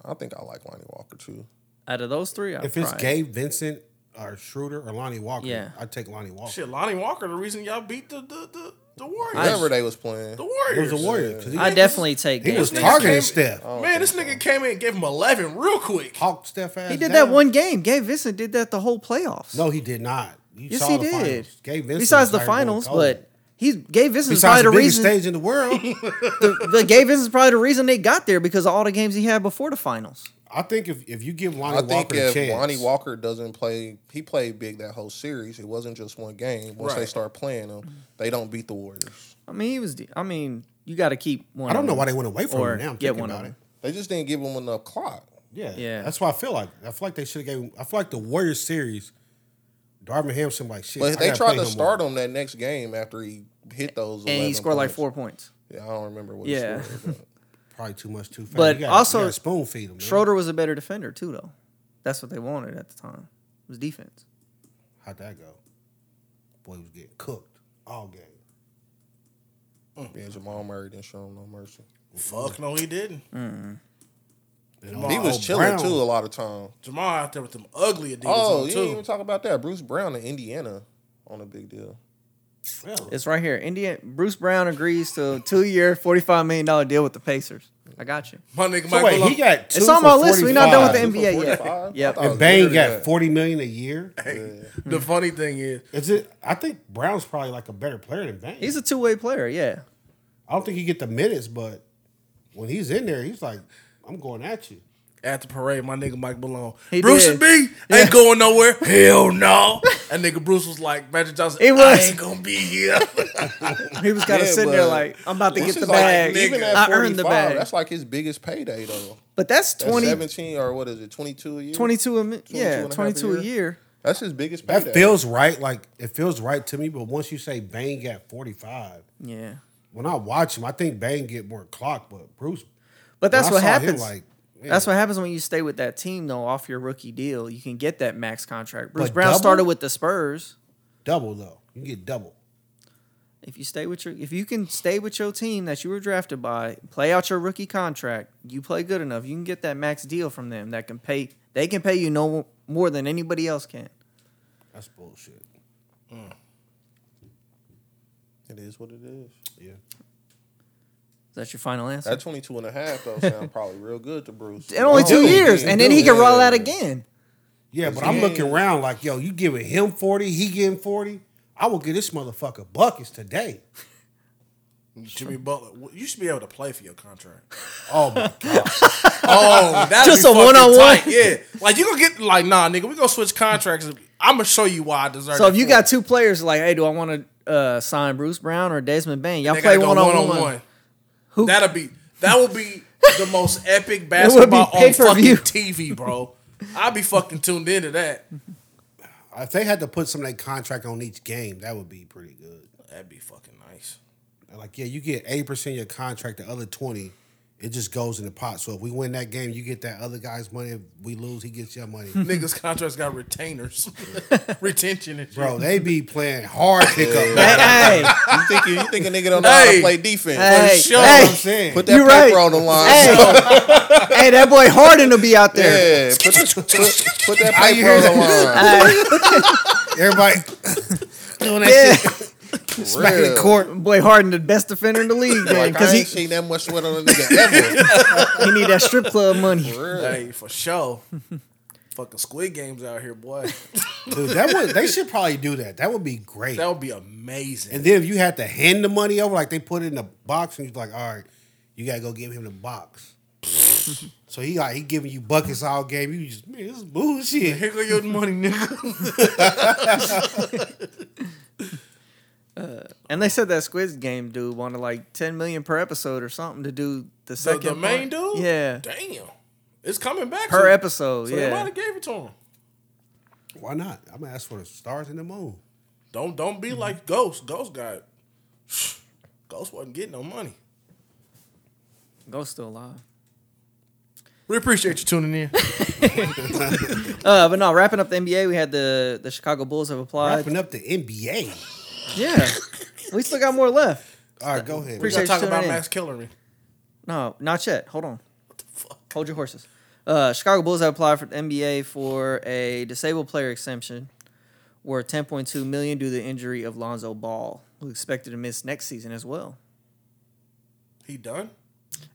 S4: I think I like Lonnie Walker too.
S2: Out of those three, I'd
S1: If it's
S2: probably-
S1: Gabe Vincent or Schroeder or Lonnie Walker,
S2: Yeah.
S1: I'd take Lonnie Walker.
S3: Shit, Lonnie Walker, the reason y'all beat the the the, the Warriors.
S4: Whatever they was playing,
S3: the
S1: It
S3: Warriors.
S1: was a warrior. 'cause He,
S2: I definitely take.
S1: he
S2: Gabe
S1: was
S2: Vincent.
S1: targeting
S3: came-
S1: Steph.
S4: Oh.
S3: Man, this nigga came in and gave him 11 real quick.
S1: Hawk Steph ass.
S2: He did
S1: down.
S2: that one game. Gabe Vincent did that the whole playoffs.
S1: No, he did not. You
S2: yes,
S1: saw
S2: he
S1: the
S2: did.
S1: Finals. Gabe Vincent was
S2: Besides the
S1: tired of going
S2: finals,
S1: cold.
S2: but he's Gabe Vincent is
S1: besides
S2: probably
S1: the
S2: the
S1: biggest
S2: reason.
S1: stage in the
S2: <laughs>
S1: world,
S2: The, the Gabe Vincent is probably the reason they got there because of all the games he had before the finals.
S1: I think if, if you give Lonnie
S4: I
S1: Walker
S4: think
S1: a
S4: if
S1: chance,
S4: Lonnie Walker doesn't play, he played big that whole series. It wasn't just one game. Once they
S3: Right.
S4: start playing him, they don't beat the Warriors.
S2: I mean, he was. de- I mean, you got to keep one.
S1: I don't
S2: of
S1: know
S2: them
S1: why they went away from
S2: or
S1: him now. I'm
S2: get
S1: thinking
S2: one
S1: about
S2: of
S1: it.
S2: them.
S4: They just didn't give him enough clock.
S1: Yeah,
S2: Yeah.
S1: That's why I feel like. I feel like they should have gave. I feel like the Warriors series, Darvin Hampson like shit. I
S4: But they
S1: gotta
S4: tried
S1: play
S4: to
S1: no
S4: start
S1: more.
S4: him that next game after he hit those.
S2: and
S4: 11
S2: he scored like
S4: points.
S2: four points.
S4: Yeah, I don't remember what.
S2: Yeah.
S4: Yeah, he scored, but-
S1: Probably too much too fast.
S2: But
S1: You gotta-
S2: also,
S1: you gotta spoon feed him. man.
S2: Schroeder was a better defender too, though. That's what they wanted at the time. It was defense.
S1: How'd that go? Boy he was getting cooked all game.
S4: yeah, Jamal Murray didn't show him no mercy.
S3: Fuck no, he didn't.
S1: And
S4: He
S1: Al
S4: was chilling
S1: Brown-
S4: too a lot of time.
S3: Jamal out there with them ugly Adidas
S4: Oh,
S3: on
S4: you
S3: too.
S4: didn't even talk about that. Bruce Brown in Indiana on a big deal.
S1: Really?
S2: It's right here. Indian Bruce Brown agrees to a two-year, forty-five million dollar deal with the Pacers. I got you.
S3: My nigga
S1: So
S3: Michael.
S1: wait, he
S3: Lock-
S1: got two
S2: It's on
S1: for
S2: my list. We're not done with
S1: 45.
S2: the NBA
S4: Two for
S2: yet.
S4: 45?
S2: Yep.
S4: I thought-
S1: And Bane
S4: Yeah.
S1: got forty million a year.
S3: the funny thing is,
S1: Is it? I think Brown's probably like a better player than Bane.
S2: He's a two-way player. Yeah.
S1: I don't think he get the minutes, but when he's in there, he's like, "I'm going at you."
S3: at the parade, my nigga Mike Malone.
S2: He
S3: Bruce
S2: did.
S3: and B ain't going nowhere. Hell no. That nigga Bruce was like, Magic Johnson,
S2: It
S3: I
S2: was.
S3: ain't gonna
S1: <laughs>
S3: be here.
S2: He was kind of
S4: Yeah,
S2: sitting there
S4: but-
S2: like, I'm about to
S4: This
S2: get the
S4: is like-
S2: bag.
S4: even at
S2: I earned the
S4: 45,
S2: bag.
S4: That's like his biggest payday though.
S2: but that's
S4: That's
S2: 20,
S4: seventeen or what is it? Twenty two a year.
S2: 22 a mi- yeah,
S4: 22 and a half
S2: 22 a
S4: a year.
S2: year.
S4: That's his biggest payday.
S1: That feels right. Like it feels right to me. But once you say Bang at forty five,
S2: Yeah.
S1: when I watch him, I think Bang get more clock. But Bruce,
S2: But that's
S1: when
S2: what
S1: I saw him,
S2: happens.
S1: like man,
S2: That's what happens when you stay with that team, though, off your rookie deal. You can get that max contract. Bruce
S1: But
S2: Brown
S1: double?
S2: started with the Spurs.
S1: double though. You get double.
S2: If you stay with your, if you can stay with your team that you were drafted by, play out your rookie contract. You play good enough, you can get that max deal from them that can pay. They can pay you no more than anybody else can.
S1: That's bullshit.
S4: It is what it is.
S1: Yeah.
S2: Is that your final answer?
S4: That 22 and a half though sound probably real good to Bruce.
S2: and only
S4: Oh,
S2: two
S4: yeah,
S2: years,
S4: yeah,
S2: and then he
S4: yeah.
S2: can roll out again.
S1: Yeah, but I'm
S4: Yeah.
S1: looking around like, yo, you giving him 40, he getting 40. I will give this motherfucker buckets today.
S3: Jimmy Butler, w- you should be able to play for your contract.
S1: Oh my
S2: <laughs>
S1: god.
S3: Oh, that's
S2: Just a one-on-one.
S3: Yeah, like you gonna get like, nah, nigga, we gonna switch contracts. I'm gonna show you why I deserve.
S2: So
S3: it
S2: if you
S3: for.
S2: got two players, like, hey, do I want to uh, sign Bruce Brown or Desmond Bain? Y'all
S3: They
S2: play
S3: gotta go
S2: one on one. Who-
S3: That'll be that will be the most
S2: <laughs>
S3: epic basketball on
S2: pay-per-view.
S3: fucking TV, bro. I'll be fucking tuned into that.
S1: If they had to put some of their contract on each game, that would be pretty good.
S3: That'd be fucking nice.
S1: Like, yeah, you get 80% of your contract, the other 20, it just goes in the pot. So if we win that game, you get that other guy's money. If we lose, he gets your <laughs> money.
S3: Niggas contracts
S2: <laughs>
S3: got retainers, retention and shit.
S1: Bro, they be playing hard pickup. man. <laughs>
S2: Hey, hey,
S4: You think you, you think a nigga don't know how
S3: Hey.
S4: to play defense?
S2: hey,
S3: sure.
S1: That's
S2: hey.
S1: what I'm saying.
S4: Put
S1: Put
S4: that
S2: You
S4: paper
S2: right.
S4: on the line.
S2: Hey, hey, that boy Harden will be out there.
S4: Yeah, put, put, put that
S1: I
S4: paper
S1: hear
S4: on the line.
S1: everybody <laughs> doing
S2: Yeah.
S1: that shit. Smacking
S2: <laughs>
S1: the
S4: Real.
S1: court.
S2: Boy Harden, the best defender in the league, man,
S4: Like, I
S2: because
S4: ain't
S2: he,
S4: seen that much sweat on a nigga
S2: he need that strip club money. <laughs>
S4: ever. Real.
S3: Hey, for sure. fucking Squid Games out here, boy.
S1: Dude, that would, they should probably do that. That would be great.
S3: That would be amazing.
S1: And then if you had to hand the money over, like they put it in a box, and you're like, all right, you gotta go give him the box. <laughs> so he like he giving you buckets all game. You just man, this is bullshit.
S3: Here go your money, <laughs> nigga.
S2: And they said that Squid Game dude wanted like ten million per episode or something to do the
S3: The,
S2: second
S3: the main
S2: part.
S3: dude.
S2: Yeah,
S3: Damn, it's coming back
S2: per
S3: to-
S2: episode.
S3: So they might
S2: yeah,
S3: have gave it to him.
S1: Why not? I'm gonna ask for the stars and the moon.
S3: Don't don't be like Ghost. Ghost got <sighs> Ghost wasn't getting no money.
S2: Ghost still alive.
S3: We appreciate you tuning in.
S2: Uh, but no, wrapping up the NBA, we had the the Chicago Bulls have applied.
S1: Wrapping up the NBA.
S2: Yeah, we still got more left.
S1: All right, go ahead.
S3: We gotta
S2: Appreciate
S3: talk
S2: you tuning
S3: about
S2: in.
S3: Max Kellerman.
S2: No, not yet. Hold on.
S3: Fuck.
S2: Hold your horses. Uh, Chicago Bulls have applied for the NBA for a disabled player exemption, worth 10.2 million due to the injury of Lonzo Ball, who's expected to miss next season as well.
S3: He done?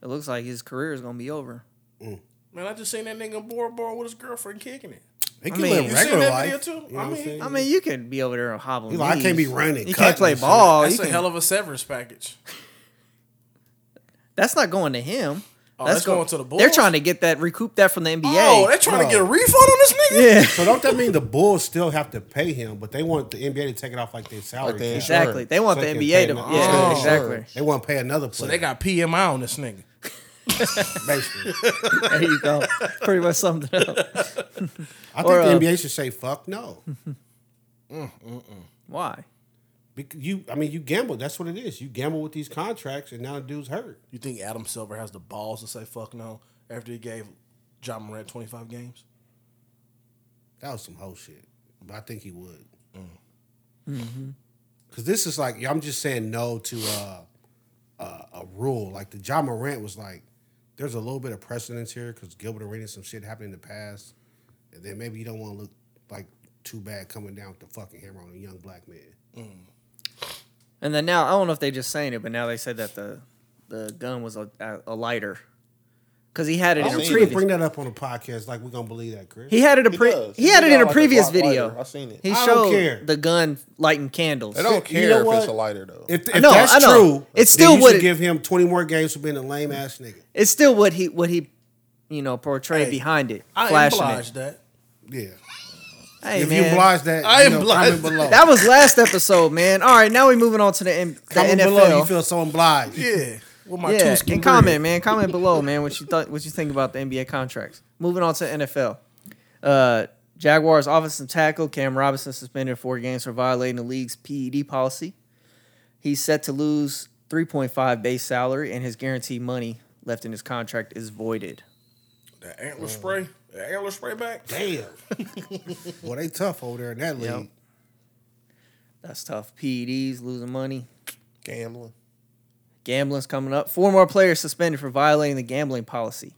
S2: It looks like his career is going to be over.
S3: Man, I just seen that nigga in Bora Bora with his girlfriend kicking it.
S1: They
S2: I
S1: can
S2: mean- You
S1: live
S2: seen
S1: regular
S3: that video
S1: life.
S3: too?
S1: You know
S3: I
S1: what I'm
S3: mean-
S1: saying?
S2: I mean, you could be over there and hobble.
S1: He's like, I can't be running,
S2: You
S1: cutting
S2: can't play
S1: and shit.
S2: ball.
S3: That's
S2: You
S3: a
S2: Oh, can-
S3: hell of a severance package.
S2: that's not going to him.
S3: Oh, that's going to the Bulls?
S2: They're trying to get that recoup that from the NBA. <laughs>
S3: Oh, they're trying to
S1: Bro.
S3: get a refund on this nigga?
S2: yeah,
S1: so don't that mean the Bulls still have to pay him, but they want the NBA to take it off like their salary?
S4: Like they-
S1: cap?
S2: exactly. They want
S1: So they
S2: the
S1: can
S2: NBA to.
S1: pay them.
S2: Yeah,
S3: Oh.
S2: exactly.
S1: They want to pay another player.
S3: So they got PMI on this nigga. <laughs>
S1: basically.
S2: There you go. Pretty much summed it up.
S1: <laughs> I think
S2: Or, uh,
S1: the NBA should say fuck no.
S2: Why?
S1: Because you, I mean, you gamble. That's what it is. You gamble with these contracts, and now the dude's hurt.
S3: You think Adam Silver has the balls to say fuck no after he gave John Morant 25 games?
S1: That was some whole shit. But I think he would. Because this is like, I'm just saying no to uh, uh, a rule. Like the John Morant was like, there's a little bit of precedence here because Gilbert Arenas, some shit happened in the past, and then maybe you don't want to look like too bad coming down with the fucking hammer on a young black man.
S2: And then now I don't know if they just saying it, but now they said that the the gun was a, a, a lighter because he had it
S1: I
S2: in a
S1: don't
S4: seen
S1: you
S2: previous.
S1: bring that up on a podcast like we're gonna believe that, Chris.
S2: He had it a
S4: He
S2: pre-
S4: does.
S2: he had
S4: He
S2: it in
S4: got
S2: a
S4: like a
S2: previous
S4: block
S2: video.
S4: lighter. I seen it.
S2: He
S1: I don't
S2: showed
S1: care.
S2: the gun lighting candles.
S4: They don't
S1: You
S4: care
S1: know
S4: if it's
S1: what?
S4: a lighter though.
S1: If, if
S2: I know,
S1: that's
S2: I know.
S1: true,
S2: It
S1: then
S2: still
S1: you
S2: would've-
S1: should give him 20 more games for being a lame ass nigga.
S2: It's still what he what he you know portrayed
S3: Hey,
S2: behind it,
S3: I
S2: flashing
S3: oblige
S2: it.
S3: that.
S1: Yeah.
S2: Hey,
S1: if you
S2: man.
S1: oblige that,
S3: I
S1: you
S3: am
S1: know,
S3: obliged.
S1: comment below.
S2: That was last episode, man. All right, now we're moving on to the, M- the
S1: comment
S2: NFL.
S1: below. You feel so obliged.
S2: <laughs>
S3: Yeah. With my
S2: yeah,
S3: two-skin
S2: and comment, man. Comment below, man. What you thought? What you think about the NBA contracts? Moving on to NFL. Uh, Jaguars offensive tackle Cam Robinson suspended four games for violating the league's PED policy. He's set to lose 3.5 base salary, and his guaranteed money left in his contract is voided.
S3: That antler spray, that antler spray back.
S1: Damn. well, they tough over there in that league.
S2: Yep. That's tough. PEDs losing money.
S4: Gambling.
S2: Gambling's coming up. Four more players suspended for violating the gambling policy.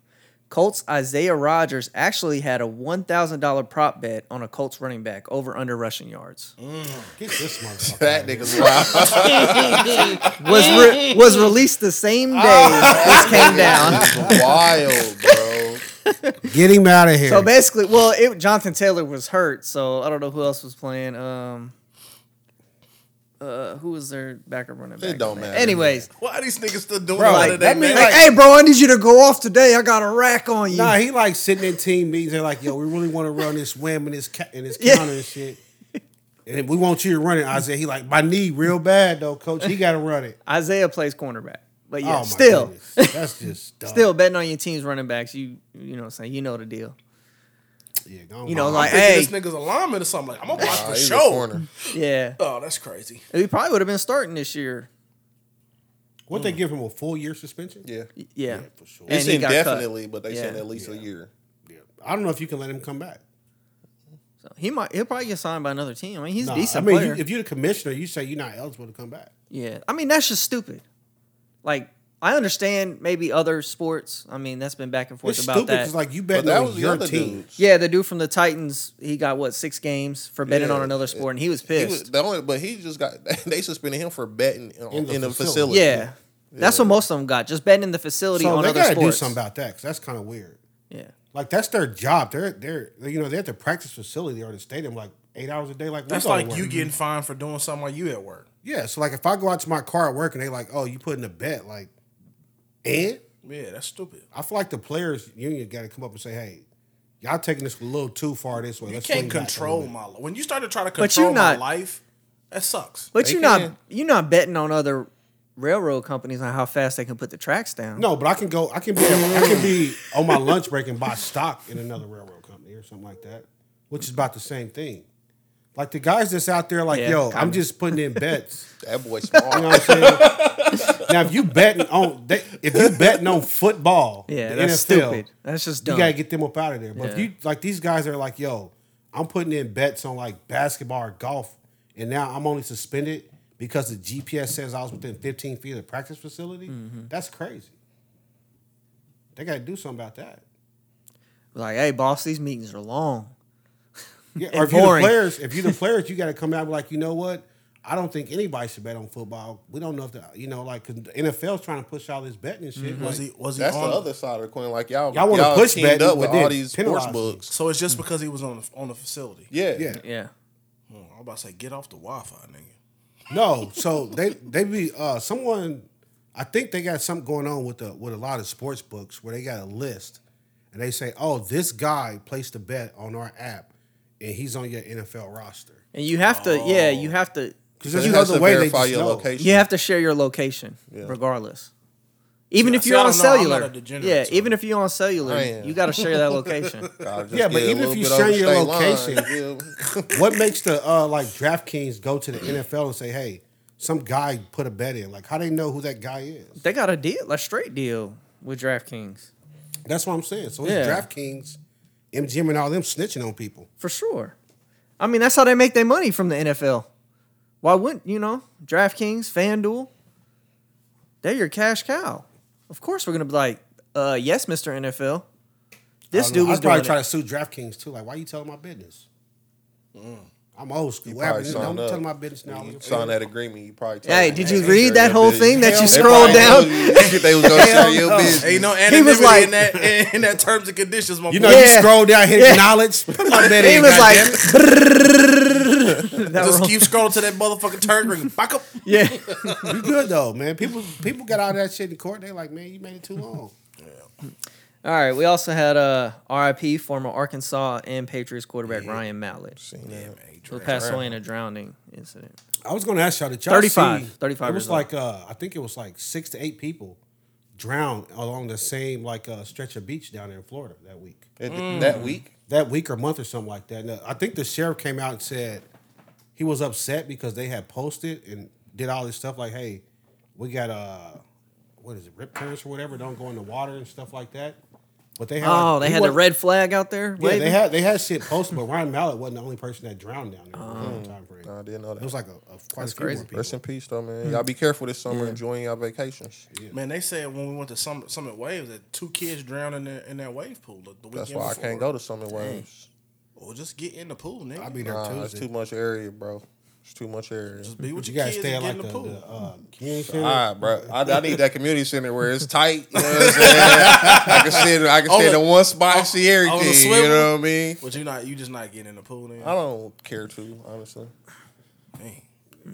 S2: Colts Isaiah Rogers actually had a $1,000 prop bet on a Colts running back over under rushing yards.
S1: Get this motherfucker. <laughs>
S4: That nigga's wild.
S2: Was re- was released the same day this came down.
S1: <laughs>
S4: wild, bro.
S1: Get him out of here.
S2: So basically, well, it, Jonathan Taylor was hurt, so I don't know who else was playing. Um, uh, who was their backup running back?
S4: don't
S2: man?
S4: matter.
S2: Anyways,
S3: Why are these niggas still doing
S1: Bro,
S3: a lot
S1: like,
S3: of
S1: that
S3: that,
S1: mean,
S3: man?
S1: like-
S2: hey, bro, I need you to go off today. I got a rack on you.
S1: Nah, he like sitting in team meetings. They're like, yo, we really want to run this wham and this ca- and this
S2: Yeah.
S1: counter and shit. And we want you to run it. I said, he like, my knee real bad though, coach. He got to run it.
S2: Isaiah plays cornerback, but
S1: oh
S2: yeah,
S1: my
S2: still,
S1: goodness. That's just dumb.
S2: still betting on your team's running backs. You you know what I'm saying? You know the deal.
S1: Yeah, go on,
S2: You know,
S1: Mom.
S2: like
S3: Thinking
S2: hey,
S3: this nigga's a lineman or something. Like, I'm gonna <laughs> watch
S4: Nah,
S3: the
S4: he's a
S3: show.
S4: corner.
S2: yeah,
S3: Oh, that's crazy.
S2: he probably would have been starting this year.
S1: what they give him a full year suspension?
S4: Yeah.
S2: Yeah,
S1: for sure.
S2: And
S4: It's
S2: he got cut.
S4: indefinitely, but they said
S2: Yeah.
S4: at least a year.
S1: Yeah. I don't know if you can let him come back.
S2: So he might he'll probably get signed by another team. I mean, he's
S1: Nah,
S2: a decent
S1: I mean,
S2: player.
S1: You, if you're the commissioner, you say you're not eligible to come back.
S2: Yeah. I mean, that's just stupid. Like, I understand maybe other sports. I mean, that's been back and forth
S1: It's
S2: about
S1: stupid
S2: that.
S1: because like you
S4: But
S1: bet
S4: that
S1: on
S4: was the
S1: your
S4: other
S1: team.
S4: dude.
S2: yeah, the dude from the Titans, he got what, six games for betting
S4: Yeah.
S2: on another sport, and he was
S4: He
S2: pissed.
S4: was, the only, but he just got <laughs> they suspended him for betting in,
S1: In the
S4: in the
S1: facility.
S4: facility.
S2: yeah. That's what most of them got. Just betting in the facility
S1: So
S2: on
S1: they
S2: other
S1: gotta
S2: sports.
S1: do something about that because that's kind of weird.
S2: yeah.
S1: Like that's their job. They're they're you know they're at the practice facility or the stadium like eight hours a day. Like we
S3: That's
S1: go to
S3: like
S1: work.
S3: you getting fined for doing something while you at work.
S1: Yeah, so like if I go out to my car at work and they like, oh, you put in a bet, like, and
S3: Yeah, that's stupid.
S1: I feel like the players union got to come up and say, hey, y'all taking this a little too far this way.
S3: You
S1: Let's swing
S3: can't
S1: back a
S3: control
S1: little
S3: my life. When you start to try to
S2: But you
S3: control my
S2: not-
S3: life, that sucks.
S2: But
S4: They
S2: you're not
S4: can.
S2: you're not betting on other railroad companies on how fast they can put the tracks down.
S1: bit." No, but I can go. I can be. I can
S2: <laughs>
S1: be on my lunch break and buy stock in another railroad company or something like that, which is about the same thing. Like the guys that's out there, like,
S2: Yeah,
S1: yo, I'm
S2: kinda.
S1: just putting in bets.
S4: That boy
S1: You know
S4: small.
S1: what I'm
S2: <laughs>
S1: saying? now, if you betting on, they, if you betting on football,
S2: Yeah,
S1: the
S2: that's
S1: NFL,
S2: stupid. That's just
S1: you
S2: dumb.
S1: gotta get them up out of there. But if
S2: Yeah.
S1: you like these guys are like, yo, I'm putting in bets on like basketball or golf, and now I'm only suspended because the GPS says I was within 15 feet of the practice facility.
S2: Mm-hmm.
S1: That's crazy. They gotta do something about
S2: <laughs>
S1: that.
S2: like, hey, boss, these meetings are long.
S1: Yeah,
S2: And
S1: or if you the
S2: boring.
S1: players, if
S2: <laughs>
S1: you the players, you gotta come out and be like, you know what? I don't think anybody should bet on football. We don't know if the you know like 'cause the NFL's trying to push all this betting and
S2: Mm-hmm.
S1: shit.
S3: Was
S1: like-
S3: he was he
S4: <laughs> That's the
S3: on
S4: other side of the coin. Like y'all,
S1: Y'all
S4: y'all,
S1: wanna push
S4: teamed
S1: betting,
S4: up with
S1: but then
S4: all these sports
S1: penalize
S4: books.
S3: So it's just because he was on the, on the facility.
S4: Hmm. Yeah,
S1: yeah.
S2: Yeah.
S3: Hmm, I was about to say, get off the Wi-Fi, nigga.
S1: No, so they they be uh someone I think they got something going on with the with a lot of sports books where they got a list and they say, "Oh, this guy placed a bet on our app and he's on your NFL roster."
S2: And you have to yeah, you have to
S1: Cuz
S4: So
S1: there's
S4: it
S1: no
S4: has
S1: other
S4: to
S1: way they
S4: verify
S1: just
S4: your
S1: know.
S4: location.
S2: You have to share your location, regardless. Even if
S3: See,
S2: you're
S3: I
S2: on
S3: don't know. I'm not
S2: cellular,
S3: a degenerate,
S2: yeah.
S3: so-
S2: Even if you're on cellular,
S4: I am.
S2: you got to share that location.
S4: Y'all just
S1: Yeah, but
S4: get a
S1: even if
S4: little
S1: you
S4: bit
S1: share
S4: over
S1: your
S4: state line, yeah.
S1: What makes the uh like DraftKings go to the NFL and say, "Hey, some guy put a bet in." Like how they know who that guy is?
S2: they got a deal, a straight deal with DraftKings
S1: That's what I'm saying. So it's
S2: Yeah.
S1: DraftKings, MGM and all them snitching on people.
S2: for sure. I mean, that's how they make their money from the NFL. Why wouldn't you know DraftKings, FanDuel? They're your cash cow. Of course, we're gonna be like, uh, yes, Mister NFL. This
S1: I don't
S2: dude
S1: know.
S2: was
S1: I'd probably
S2: doing
S1: try to
S2: it.
S1: sue DraftKings too. Like, why you telling my business? Mm. I'm old school. What
S4: probably
S1: happened? Don't
S4: signed up.
S1: tell my business now.
S4: You sign that agreement. You probably. told
S2: Hey,
S4: them,
S2: did you
S4: "Hey,
S2: read
S4: share
S2: that
S4: your
S2: whole
S4: business."
S2: thing that you
S4: They
S2: scrolled <laughs>
S4: probably
S2: down?
S4: told you They was gonna share your business.
S3: Ain't no
S2: He
S3: anonymity
S2: was like-
S3: in that in, in that terms and conditions, my
S1: You know,
S3: boy.
S1: you
S2: Yeah.
S1: scroll down, hit <laughs>
S2: Yeah.
S1: acknowledge. Put my bet
S2: He
S1: in,
S2: was like,
S1: goddamn it.
S2: that
S3: Just
S2: wrong-
S3: keep scrolling to that motherfucking turn
S1: <laughs>
S3: ring. Back up.
S2: <laughs> yeah.
S1: you good though, man. People people got all that shit in court. They like, man, you made it too long.
S2: All right. We also had uh, RIP former Arkansas and Patriots quarterback Ryan Mallett,
S4: Seen that.
S3: Yeah, man, he
S2: who
S3: drank.
S2: passed away in a drowning incident.
S1: I was gonna ask y'all. Did y'all
S2: 35,
S1: see-
S2: 35
S1: It was
S2: years
S1: like uh, I think it was like six to eight people drowned along the same like uh, stretch of beach down there in Florida that week.
S4: That-
S2: mm.
S4: That week,
S1: That week or month or something like that. And, uh, I think the sheriff came out and said he was upset because they had posted and did all this stuff like, "Hey, we got uh, what is it, rip currents or whatever? Don't go in the water and stuff like that." But they had
S2: Oh, they
S1: Uh, he
S2: had the
S1: wa-
S2: red flag out there.
S1: Yeah, they
S2: waving?
S1: had they had shit posted, but Ryan Mallett wasn't the only person that drowned down there. in the time frame.
S4: I didn't know
S1: It was like
S4: that.
S1: a, a quite
S2: Oh, That's
S1: a few more
S2: crazy.
S1: people.
S4: Rest in peace, though,
S2: Hmm.
S4: man. Y'all be careful this summer, enjoying y'all vacations.
S3: Man, they said when we went to Summit, Summit Waves that two kids drowned in that, in that wave pool. The, the weekend
S4: That's why I can't go to Summit Waves.
S3: Well, just get in the pool, nigga.
S1: I'll be there
S4: Nah, it's
S1: Tuesday.
S4: too much area, bro. It's too much area.
S3: just be with
S1: But you
S3: your
S1: gotta
S3: kids
S1: stay at
S3: and
S1: like
S3: get
S1: the,
S3: in the pool.
S1: the uh, community center.
S4: Ah, bro, I, I need that community center where it's tight. You know what I'm
S1: <laughs>
S4: saying? I can sit, I can
S3: On
S4: sit
S3: the-
S4: in one spot and see
S3: on the
S4: everything. You
S3: swivel?
S4: know what I mean?
S3: but you not you just not getting in the pool, nigga.
S4: I don't care to honestly.
S3: Dang.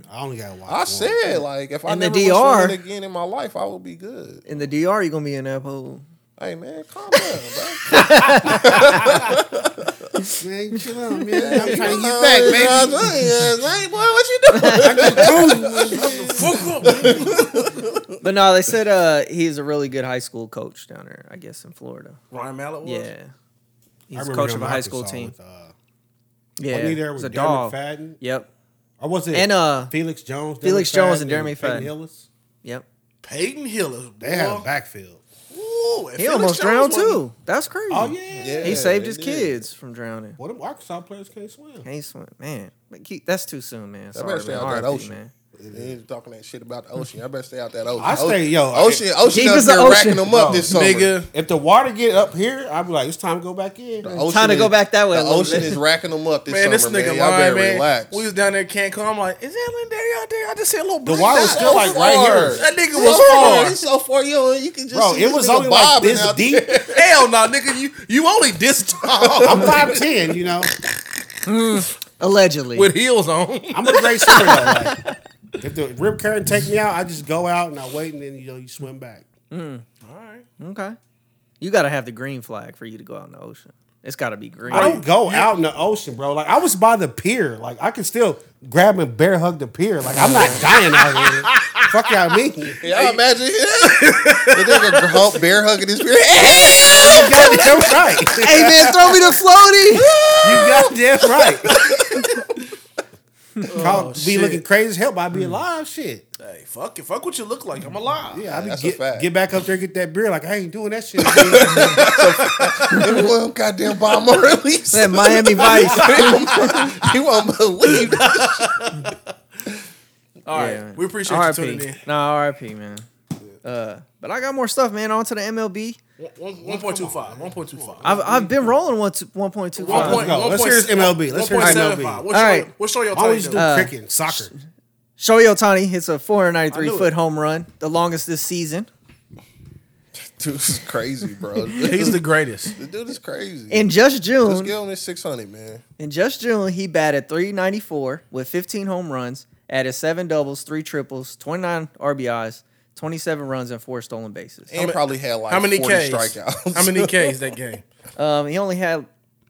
S1: I only got to watch.
S4: I
S1: one.
S4: said like if I
S2: And the
S4: never went
S2: DR
S4: swimming again in my life, I would be good.
S2: in the DR. You gonna be in that pool?
S4: Hey man, calm down,
S2: <laughs>
S4: bro.
S1: man, chill out, man. I'm trying to get
S4: back,
S2: <laughs>
S4: Hey boy, what you doing?
S2: But no, they said uh, he's a really good high school coach down there. I guess in Florida.
S3: Ryan Mallett was.
S2: Yeah,
S1: I
S2: he's
S1: remember
S2: coach
S1: him
S2: of a
S1: in
S2: high school
S1: Arkansas
S2: team.
S1: With, uh,
S2: yeah,
S1: wasn't he there
S2: he's
S1: with
S2: a
S1: Darren
S2: dog.
S1: McFadden?
S2: Yep,
S1: Or was Oh, it
S2: And, uh,
S1: Felix Jones? Darren
S2: Felix Jones and
S1: McFadden,
S2: Darren
S1: Peyton
S2: McFadden.
S1: Hillis?
S2: yep.
S3: Peyton Hillis.
S1: They had a backfield.
S3: Ooh,
S2: He almost drowned too. That's crazy.
S1: Oh yeah.
S4: Yeah.
S2: he saved
S4: they
S2: his
S4: did.
S2: kids from drowning.
S1: Well, them Arkansas players can't swim.
S2: Can't swim, man. But keep, that's too soon, man.
S4: I better
S2: Sorry,
S4: stay
S2: man.
S4: out that
S2: RIP,
S4: ocean.
S2: man.
S4: He's talking that shit about the ocean. I better stay out that ocean.
S1: I stay- yo,
S4: Ocean, ocean
S2: Deep
S4: up
S2: as the
S4: here
S2: ocean.
S4: racking them up this summer.
S3: Nigga.
S1: If the water get up here, I'd be like, it's time to go back in.
S4: The
S1: Nah,
S4: ocean
S2: Time to
S4: is-
S2: go back that way a
S4: The
S2: little
S4: ocean
S2: bit.
S4: is racking them up this
S3: Man,
S4: summer,
S3: this nigga
S4: man. Y'all
S3: lying,
S4: better
S3: man.
S4: relax.
S3: We was down there at Cancun. I'm like, is that Lindari out there? I just see a little
S1: The
S3: black
S1: water was
S3: dot.
S1: still like right
S4: Far.
S1: here.
S3: That nigga
S4: It's
S3: was
S4: far.
S3: far.
S4: It's so far, yo. You can just
S1: Bro,
S4: see
S1: it was
S4: nigga
S1: only like
S4: bobbing
S1: this
S4: out
S1: deep.
S4: there.
S3: Hell no, nigga. You you
S1: <laughs>
S3: only this tall <laughs>
S1: I'm five ten, you know.
S2: Allegedly,
S3: with heels on.
S1: I'm a great swimmer. though. Like, if the rip current take me out, I just go out and I wait, and then you know you swim back.
S3: All right.
S2: okay. You got to have the green flag for you to go out in the ocean. It's got to be green.
S1: I don't go out in the ocean, bro. Like I was by the pier. Like I can still grab and bear hug the pier. Like I'm not dying out here. Fuck y'all mean. <laughs> Y'all
S4: Y'all imagine the nigga hump bear <laughs> hugging his beer.
S1: goddamn right.
S2: hey man, throw me the floaty.
S1: You goddamn right.
S4: Oh,
S1: I'll be looking crazy as hell, but I'd
S4: Hmm.
S1: be alive. Shit.
S3: <laughs> Hey, fuck it. Fuck what you look like. I'm alive.
S1: Yeah, I'd
S4: That's a
S1: be get,
S4: fact.
S1: get back up there, get that beer. Like I ain't doing that shit. again.
S4: Everyone goddamn bomb <laughs>
S2: <laughs>
S4: release.
S2: that
S4: <laughs>
S2: Miami <laughs> Vice.
S4: you won't believe it.
S3: All right.
S2: Yeah.
S3: We appreciate
S2: RIP.
S3: you tuning in.
S2: Nah, RIP, man. Uh, but I got more stuff, man. On to the MLB.
S3: One- one- 1.25. 1.25.
S2: I've, I've been rolling one one point two
S3: One
S2: five.
S1: point- go. Let's hear his MLB. Let's hear his MLB.
S3: All
S2: All
S3: right. Uh,
S2: right.
S3: What's show your
S1: I always
S3: title?
S1: do cricket, and soccer.
S2: Shohei Otani hits a four hundred ninety
S3: I
S2: three
S3: knew
S2: foot
S3: it.
S2: home run, the longest this season.
S4: Dude, this is crazy, bro.
S3: He's the greatest.
S4: the dude is crazy.
S2: In just
S4: Let's
S2: June,
S4: give him his 600, man.
S2: in just June, he batted three ninety four with fifteen home runs, added seven doubles, three triples, twenty nine RBIs, twenty seven runs, and four stolen bases.
S4: And probably had like
S3: How many
S4: 40
S3: Ks?
S4: strikeouts.
S3: How
S1: <laughs>
S3: many Ks that game?
S2: Um, he only had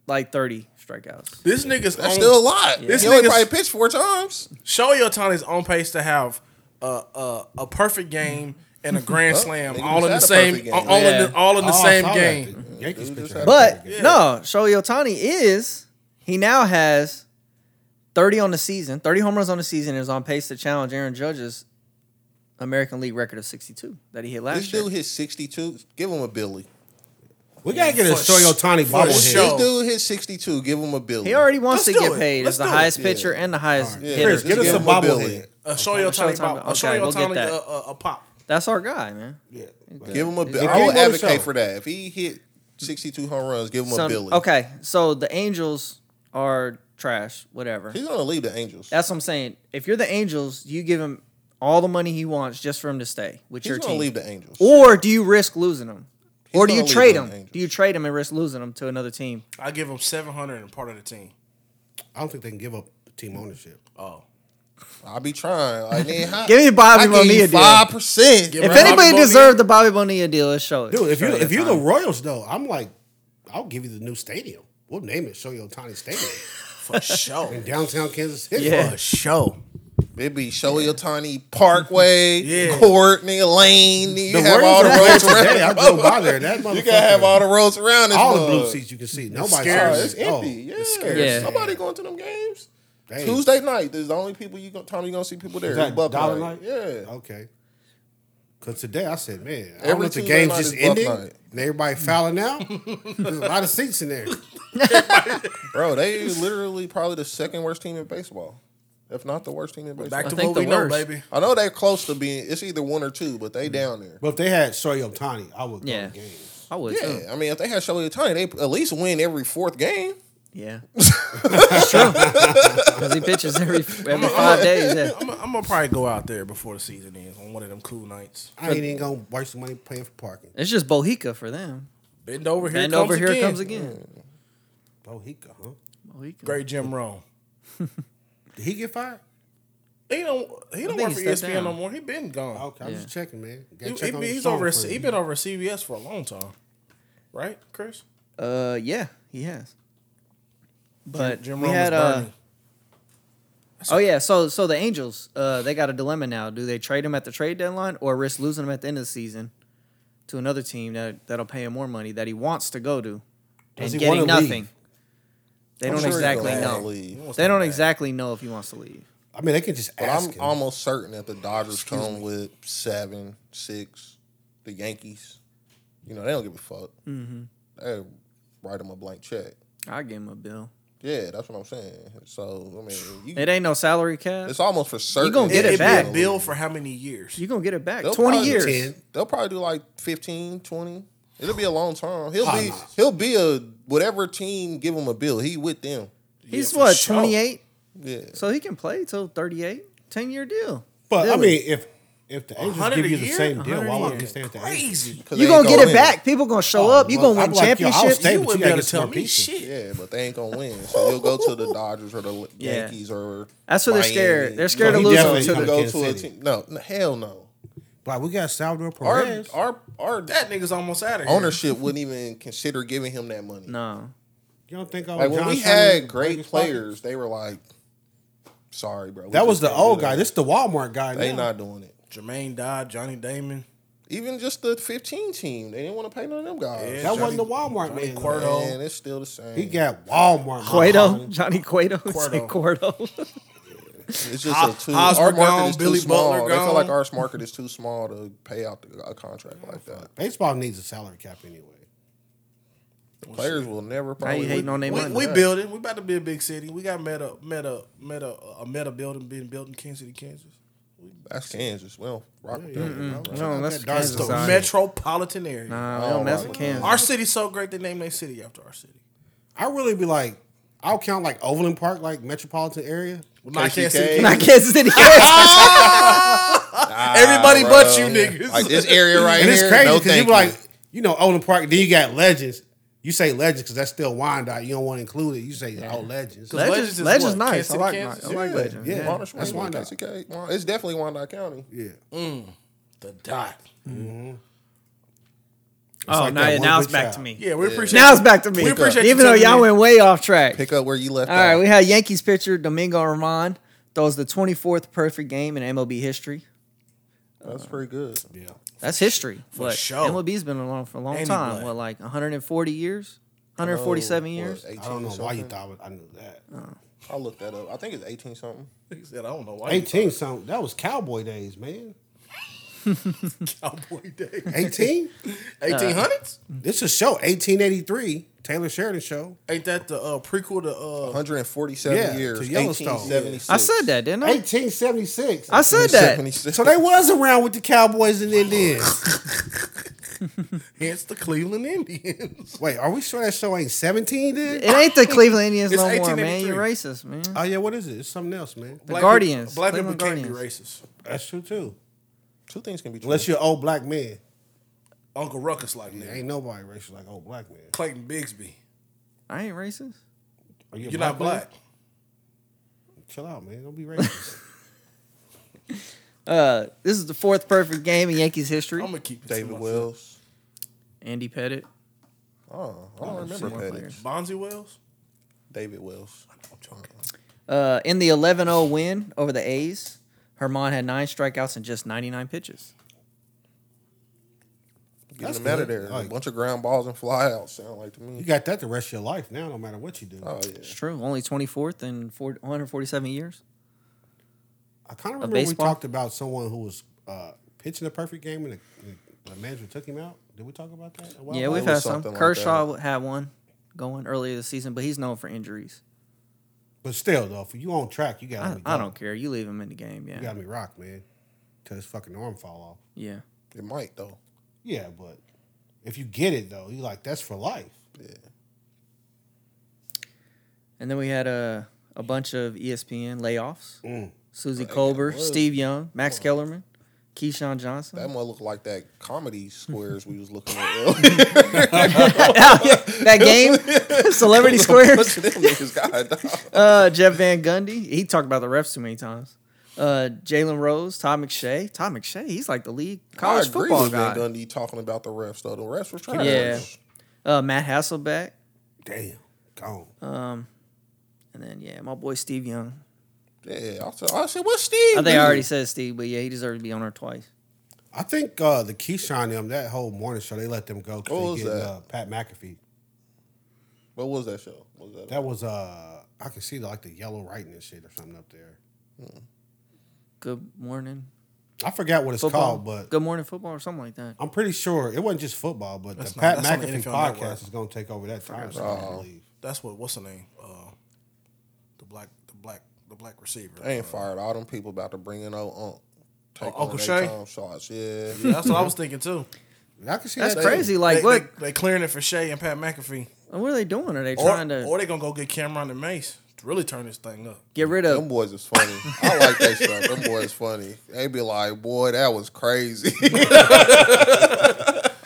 S2: like thirty strikeouts.
S3: This nigga's
S4: That's
S3: on,
S4: <laughs> still a lot.
S3: This
S4: He only
S3: nigga's-
S4: probably pitched four times.
S3: Shohei Otani's on pace to have a a, a perfect game and a grand slam
S4: nigga
S3: all in the
S4: just had a perfect
S3: same
S4: game.
S3: all in
S2: Yeah.
S3: the, all in the
S1: Oh, I
S3: same
S1: saw that.
S3: game.
S1: The Yankees
S4: Dude, just
S1: pitcher.
S4: had-
S2: But
S3: Yeah.
S2: no, Shohei Otani is he now has 30 on the season, 30 home runs on the season, and is on pace to challenge Aaron Judge's American League record of 62 that he hit last
S4: This
S2: year.
S4: dude hit 62. Give him a Billy.
S1: we gotta get a
S3: For
S1: Shohei Otani
S3: for
S1: bobblehead.
S3: sure.
S4: This dude hit 62. Give him a Billy.
S2: He already wants
S3: Let's
S2: to
S3: do
S2: get
S3: it.
S2: paid
S3: Let's
S2: as the
S3: do
S2: highest
S4: it.
S2: pitcher and the highest
S4: Yeah,
S2: hitter.
S1: Chris, get us
S4: give
S1: a
S4: him a Billy.
S1: bobblehead.
S3: A Shohei
S2: Shohei
S3: Otani,
S2: Ohtani-
S3: a
S2: okay,
S3: Shohei
S2: we'll get
S3: Ohtani,
S2: that.
S3: a, a, a pop.
S2: That's our guy, man.
S4: Give him a Billy.
S1: If
S4: I
S1: you want
S4: would
S1: to
S4: advocate
S1: show-
S4: for that. If he hit 62 home runs, give him a
S2: Some-
S4: Billy.
S2: okay, so the Angels are trash, whatever.
S4: He's going to leave the Angels.
S2: That's what I'm saying. If you're the Angels, you give him all the money he wants just for him to stay with
S4: He's
S2: your
S4: going
S2: team.
S4: to leave the Angels.
S2: Or do you risk losing him?
S4: He's
S2: or do you
S4: gonna leave
S2: trade
S4: them
S2: him?
S4: Angels.
S2: Do you trade him and risk losing him to another team?
S3: I give him seven hundred and part of the team.
S1: I don't think they can give up team ownership.
S3: Oh,
S4: I be trying. I mean, how,
S2: Give me Bobby Bonilla deal.
S4: five percent.
S3: Give
S2: If
S3: Bobby
S2: anybody
S3: Bonilla.
S2: deserved the Bobby Bonilla deal, let's show it.
S1: Dude, if you
S2: Show it.
S1: if you're the Royals though, I'm like, I'll give you the new stadium. We'll name it Shohei Otani Stadium
S3: For
S1: <laughs>
S3: sure.
S1: in downtown Kansas City.
S4: Oh,
S2: Yeah.
S3: For sure.
S4: It'd be Shohei Otani Parkway,
S3: Yeah.
S4: Court, nigga Lane. Nigga, you
S1: The <laughs>
S4: have all the
S1: Royals
S4: <laughs> roads
S1: are today. I
S4: around.
S1: drove by there. That
S4: You gotta have all the roads around this.
S1: all the blue
S4: mug.
S1: seats you can see. Nobody
S4: Oh,
S3: scary.
S1: sees
S4: it's
S1: it. Oh,
S4: empty. yeah.
S3: scary.
S2: Yeah.
S4: Somebody going to them games.
S1: dang.
S4: Tuesday night. There's the only people you gonna time you gonna see people there.
S1: Is that
S4: It's Buck
S1: dollar night? Oh.
S4: Yeah.
S1: Okay. Cause today I said, man, I
S4: Every
S1: don't know if the
S4: Tuesday
S1: game's
S4: night
S1: just
S4: is Buck
S1: ending
S4: night.
S1: and
S4: <laughs>
S1: everybody fouling out. There's a lot of seats in there.
S4: Bro, they literally probably the second worst team in baseball. If not the worst team in baseball.
S3: Back to
S2: think
S3: what we
S2: the
S3: know,
S2: worst.
S3: baby.
S4: I know they're close to being it's either one or two, but
S1: Mm.
S4: they down there.
S1: But if they had Shohei Otani, I would go
S2: Yeah.
S1: to games.
S2: I would too.
S4: Yeah, I mean, if they had Shohei Otani, they at least win every fourth game.
S2: Yeah, <laughs> that's true. Because he pitches every every five days. Yeah.
S3: I'm I'm gonna probably go out there before the season ends on one of them cool nights.
S1: I ain't even gonna waste the money paying for parking.
S2: It's just Bohica for them.
S3: Bend over here,
S2: and
S3: comes
S2: over here
S3: again.
S2: comes again.
S1: Bohica, huh?
S2: Bohica.
S3: Great Jim Rome.
S1: Did he get fired?
S3: He don't he don't
S2: think
S3: work
S2: he
S3: for E
S2: stepped
S3: ESPN no
S2: down.
S3: more. He been gone.
S1: Okay, I'm just checking, man. Gotta
S3: He,
S1: check
S3: he-
S1: on the
S3: he's
S1: song
S3: over.
S1: for
S3: He
S1: you.
S3: been over at CBS for a long time, right, Chris?
S2: Uh, yeah, he has. But
S3: Jim
S2: we
S3: Rome
S2: had
S3: was
S2: uh,
S3: burning.
S2: oh yeah, so so the Angels, uh, they got a dilemma now. Do they trade him at the trade deadline or risk losing him at the end of the season to another team that that'll pay him more money that he wants to go to
S1: Does
S2: and
S1: he wanna
S2: getting nothing?
S1: leave?
S2: They
S4: I'm
S2: don't
S4: sure he's
S2: exactly
S4: gonna
S2: know.
S4: leave.
S3: He wants
S2: They
S3: to
S2: don't
S3: go back.
S2: exactly know if he wants to leave.
S1: I mean, they can just
S4: But
S1: ask
S4: I'm
S1: him.
S4: almost certain that the Dodgers come with seven, six, the Yankees. You know, they don't give a fuck. Mm-hmm. They write them a blank check.
S2: I give him a bill.
S4: Yeah, that's what I'm saying. So, I mean, you,
S2: It ain't no salary cap.
S4: it's almost for certain.
S2: gonna get
S4: that
S2: it
S3: It'd
S4: he's
S2: back.
S3: Be a
S4: gonna
S3: bill
S4: leave.
S3: for how many years?
S2: You're gonna get it back.
S4: They'll
S2: Twenty
S4: probably
S2: years.
S4: do
S1: Ten.
S4: They'll probably do like 15, 20. It'll be a long time. He'll
S1: Oh,
S4: be
S1: no.
S4: he'll be a whatever team give him a bill. He with them.
S2: He's
S3: for
S2: what,
S3: sure.
S2: twenty eight?
S4: Yeah.
S2: So he can play till 38. 10 year deal.
S1: but I
S2: Dude.
S1: mean, if if the Angels
S3: 100
S1: give
S3: a
S1: you the
S3: year?
S1: same deal, why
S2: 100 a
S1: wouldn't you
S2: year.
S1: stay at the Angels?
S3: Crazy.
S4: 'Cause
S2: You're
S4: they ain't
S2: gonna get it
S4: win.
S2: back. People gonna show
S1: Oh,
S2: up. You're
S1: well,
S2: gonna win
S1: I'm like, yo, I'll
S2: championships.
S1: stay. Hey,
S3: You
S1: but
S3: wouldn't
S1: you
S3: be
S1: gotta
S3: able
S1: get
S3: to tell
S1: some
S3: me
S1: pieces.
S3: shit.
S4: Yeah, but they ain't gonna win. So he'll go to the Dodgers or the
S2: Yeah.
S4: Yankees or
S2: That's what they're
S4: Miami.
S2: scared. They're scared
S1: No,
S2: of
S1: he
S2: losing
S1: definitely
S2: to
S1: come
S2: the.
S1: back.
S4: go
S1: Kansas
S4: to a
S1: City.
S4: team. No, no, hell no.
S1: But we got Salvador
S4: Our
S1: Perez.
S4: our our
S3: That nigga's almost out of here.
S4: ownership wouldn't even consider giving him that money.
S2: No,
S1: you don't think I
S4: Like
S1: John
S4: when we
S1: Simon
S4: had great
S1: was fired?
S4: players, they were like, "Sorry, bro." we
S1: That was
S4: just
S1: the
S4: can't do
S1: old
S4: that.
S1: guy. This is the Walmart guy.
S4: they
S1: now.
S4: not doing it.
S3: Jermaine Dodd, Johnny Damon.
S4: Even just the 15 team, they didn't want to pay none of them guys.
S1: That
S3: Yeah,
S1: wasn't the
S3: Johnny-
S1: Walmart
S3: Johnny
S1: man.
S3: Cuervo.
S4: Man, it's still the same.
S1: He got Walmart.
S2: Cueto,
S1: money.
S2: Johnny Cueto, <laughs>
S3: Cuerdo.
S2: Say Uh-huh. Cuerdo.
S4: it's just a too.
S3: Hosmer
S4: Our market
S3: gone,
S4: is too
S3: Billy
S4: small.
S3: Butler
S4: they feel like
S3: gone.
S4: our market is too small to pay out the, a contract like that.
S1: Baseball needs a salary cap anyway.
S4: Players will never.
S2: Now
S4: Probably
S2: you hating on their
S3: We,
S2: money?
S3: we building. We about to be a big city. We got meta, meta, meta, a meta building being built in Kansas City, Kansas.
S4: That's Kansas. Well, rock
S2: no, that's
S1: That dark
S2: Kansas.
S3: The
S1: Sorry.
S2: side.
S3: metropolitan area.
S2: Nah,
S4: Oh,
S2: they don't mess with
S4: my
S2: Kansas.
S3: Our city's so great they named their city after our city.
S1: I really be like, I'll count like Overland Park, like metropolitan area.
S3: Well, not
S4: KCK.
S3: Kansas City.
S2: Not Kansas City. Kansas.
S3: Everybody but you niggas.
S4: <laughs> Like this area right
S1: And
S4: here.
S1: it's crazy
S4: no,
S1: because you
S4: thank
S1: be like, you know, Overland Park. Then you got Legends. You say Legends because that's still Wyandotte. You don't want to include it. You say oh Legends.
S3: Legends
S2: Legends,
S3: is
S2: Legends
S3: what?
S2: nice.
S3: Kansas
S2: I
S3: City,
S2: like,
S3: Kansas?
S2: I like
S4: Yeah.
S2: Legends.
S1: Yeah.
S2: Yeah.
S4: Modern Spring,
S1: That's Wyandotte.
S4: KCK. Well, It's definitely Wyandotte County.
S1: Yeah.
S3: The dot.
S2: Oh,
S1: like
S2: now,
S1: that
S2: now
S1: one
S2: it's
S1: good
S2: back
S1: child.
S2: to me.
S3: Yeah, we appreciate.
S2: Now it's back to me.
S3: We appreciate you
S2: Even though
S3: tuning
S2: y'all
S3: in.
S2: went way off track.
S4: Pick up where you left
S2: All
S4: off.
S2: right, we had Yankees pitcher Domingo Herman throws the 24th perfect game in MLB history.
S4: That's pretty good.
S1: Yeah.
S2: That's history. For
S3: sure.
S2: MLB's been along for a long
S3: And he
S2: time.
S3: black.
S2: What, like 140 years? 147
S4: Oh, what,
S2: years?
S4: 18
S1: I don't know why you
S4: something?
S1: thought I knew that.
S4: I'll look that up. I think it's 18 something.
S3: He said, "I don't know why." you
S1: Eighteen something. That was cowboy days, man.
S3: <laughs> thought Cowboy Day.
S1: Eighteen.
S3: Eighteen hundreds?
S1: this is show eighteen eighty three. Taylor Sheridan show.
S3: Ain't that the uh, prequel to uh,
S4: 147
S1: Yeah, to
S4: years.
S1: Yellowstone.
S4: 1876.
S2: I said that, didn't I?
S1: Eighteen seventy six.
S2: I said that.
S4: 76.
S1: So they was around with the Cowboys and
S2: <laughs>
S1: Indians.
S3: hence the Cleveland Indians?
S1: Wait, are we sure that show ain't seventeen then?
S2: It ain't the Cleveland Indians
S3: It's
S2: no more, man.
S3: 1883.
S2: You're racist, man.
S1: Oh yeah, what is it? It's something else, man.
S2: The Guardians.
S3: People, black people
S2: Cleveland
S3: can't be
S2: Guardians.
S3: racist.
S1: That's true too.
S4: Two things can be true.
S1: Unless you're an old black man.
S3: Uncle Ruckus like that.
S1: Ain't nobody racial like old black man.
S3: Clayton Bigsby.
S2: I ain't racist.
S1: Are you a
S3: You're not
S1: man?
S3: black.
S2: <laughs>
S1: Chill out, man. Don't be racist.
S2: Uh, this is the fourth perfect game in Yankees history.
S3: I'm gonna keep it to
S4: David
S3: myself.
S4: Wells.
S2: Andy Pettit.
S4: Oh, I don't
S2: some
S4: remember
S2: more
S4: Pettit.
S2: players.
S3: Bonzi Wells.
S4: David Wells.
S3: I'm joking.
S2: Uh, in the 11-0 win over the A's, Herman had nine strikeouts and just 99 pitches.
S4: Get
S1: That's
S4: him out of
S1: good.
S4: there.
S1: Like-
S4: a bunch of ground balls and fly outs sound like to
S1: You
S4: me.
S1: got that the rest of your life now, no matter what you do.
S4: Oh
S2: It's
S4: yeah.
S2: true. Only 24th in four, 147 years.
S1: I kind of remember we
S2: baseball?
S1: talked about someone who was uh, pitching a perfect game and the, the manager took him out. Did we talk about that? a while
S2: yeah,
S1: back?
S2: we've
S4: was
S2: had some.
S4: something like
S2: Kershaw had one going earlier this season, but he's known for injuries.
S1: But still, though, if you on track, you got
S2: I,
S1: to be.
S2: I
S1: go.
S2: don't care. You leave him in the game.
S1: You
S2: Yeah.
S1: got to be rocked, man, till his fucking arm fall off.
S2: Yeah.
S4: It might though.
S1: Yeah, but if you get it though, you like that's for life.
S4: Yeah.
S2: And then we had a, a bunch of E ESPN layoffs.
S1: Mm.
S2: Susie
S4: Like,
S2: Colbert,
S4: what?
S2: Steve Young, Max Kellerman, Keyshawn Johnson.
S4: That might look like that comedy squares we was looking
S3: <laughs>
S4: at. <laughs>
S2: that game, Celebrity Squares.
S4: Look at them niggas, God, dog.
S2: Uh, Jeff Van Gundy. He talked about the refs too many times. Uh, Jalen Rose, Todd McShay. Todd McShay, he's like the league college
S4: I agree
S2: football
S4: with
S2: guy.
S4: Van Gundy talking about the refs though. The refs were trash.
S2: Yeah. Uh, Matt Hasselbeck,
S1: Damn, gone.
S2: and then yeah, my boy Steve Young.
S4: Yeah. I said, I said what's Steve?
S2: I think I
S4: doing?
S2: already said Steve, but yeah, he deserves to be on there twice.
S1: I think uh, the Keyshawn them that whole morning show they let them go
S4: What
S1: because
S4: was
S1: they get
S4: that?
S1: uh, Pat McAfee.
S4: What was that show? What was that?
S1: That was uh, I could see like the yellow writing and shit or something up there.
S2: Good morning
S1: I forgot what it's
S2: football.
S1: called, but
S2: Good morning football or something like that.
S1: I'm pretty sure it wasn't just football. But
S3: That's
S1: the
S3: not-
S1: Pat
S3: that's on the
S1: McAfee
S3: NFL
S1: podcast
S3: Network.
S1: is going to take over that time. slot, I believe.
S3: That's what. What's the name? Uh, the black, the black, the black receiver.
S4: They ain't
S3: Uh,
S4: fired all them people about to bring in old Unc. Take
S3: Uncle
S4: on they
S3: Shay?
S4: time shots. Yeah.
S3: yeah, that's what I was thinking too.
S1: I can see
S2: That's
S1: that too.
S2: crazy. Like,
S3: they,
S2: what
S3: They, they clearing it for Shea and Pat McAfee.
S2: what are they doing? Are they
S3: Or,
S2: trying to
S3: or they gonna go get Cameron and Mace to really turn this thing up.
S2: get rid
S4: Them
S2: of?
S4: boys is funny. I like that stuff. Them boys funny. They be like, boy, that was crazy. <laughs>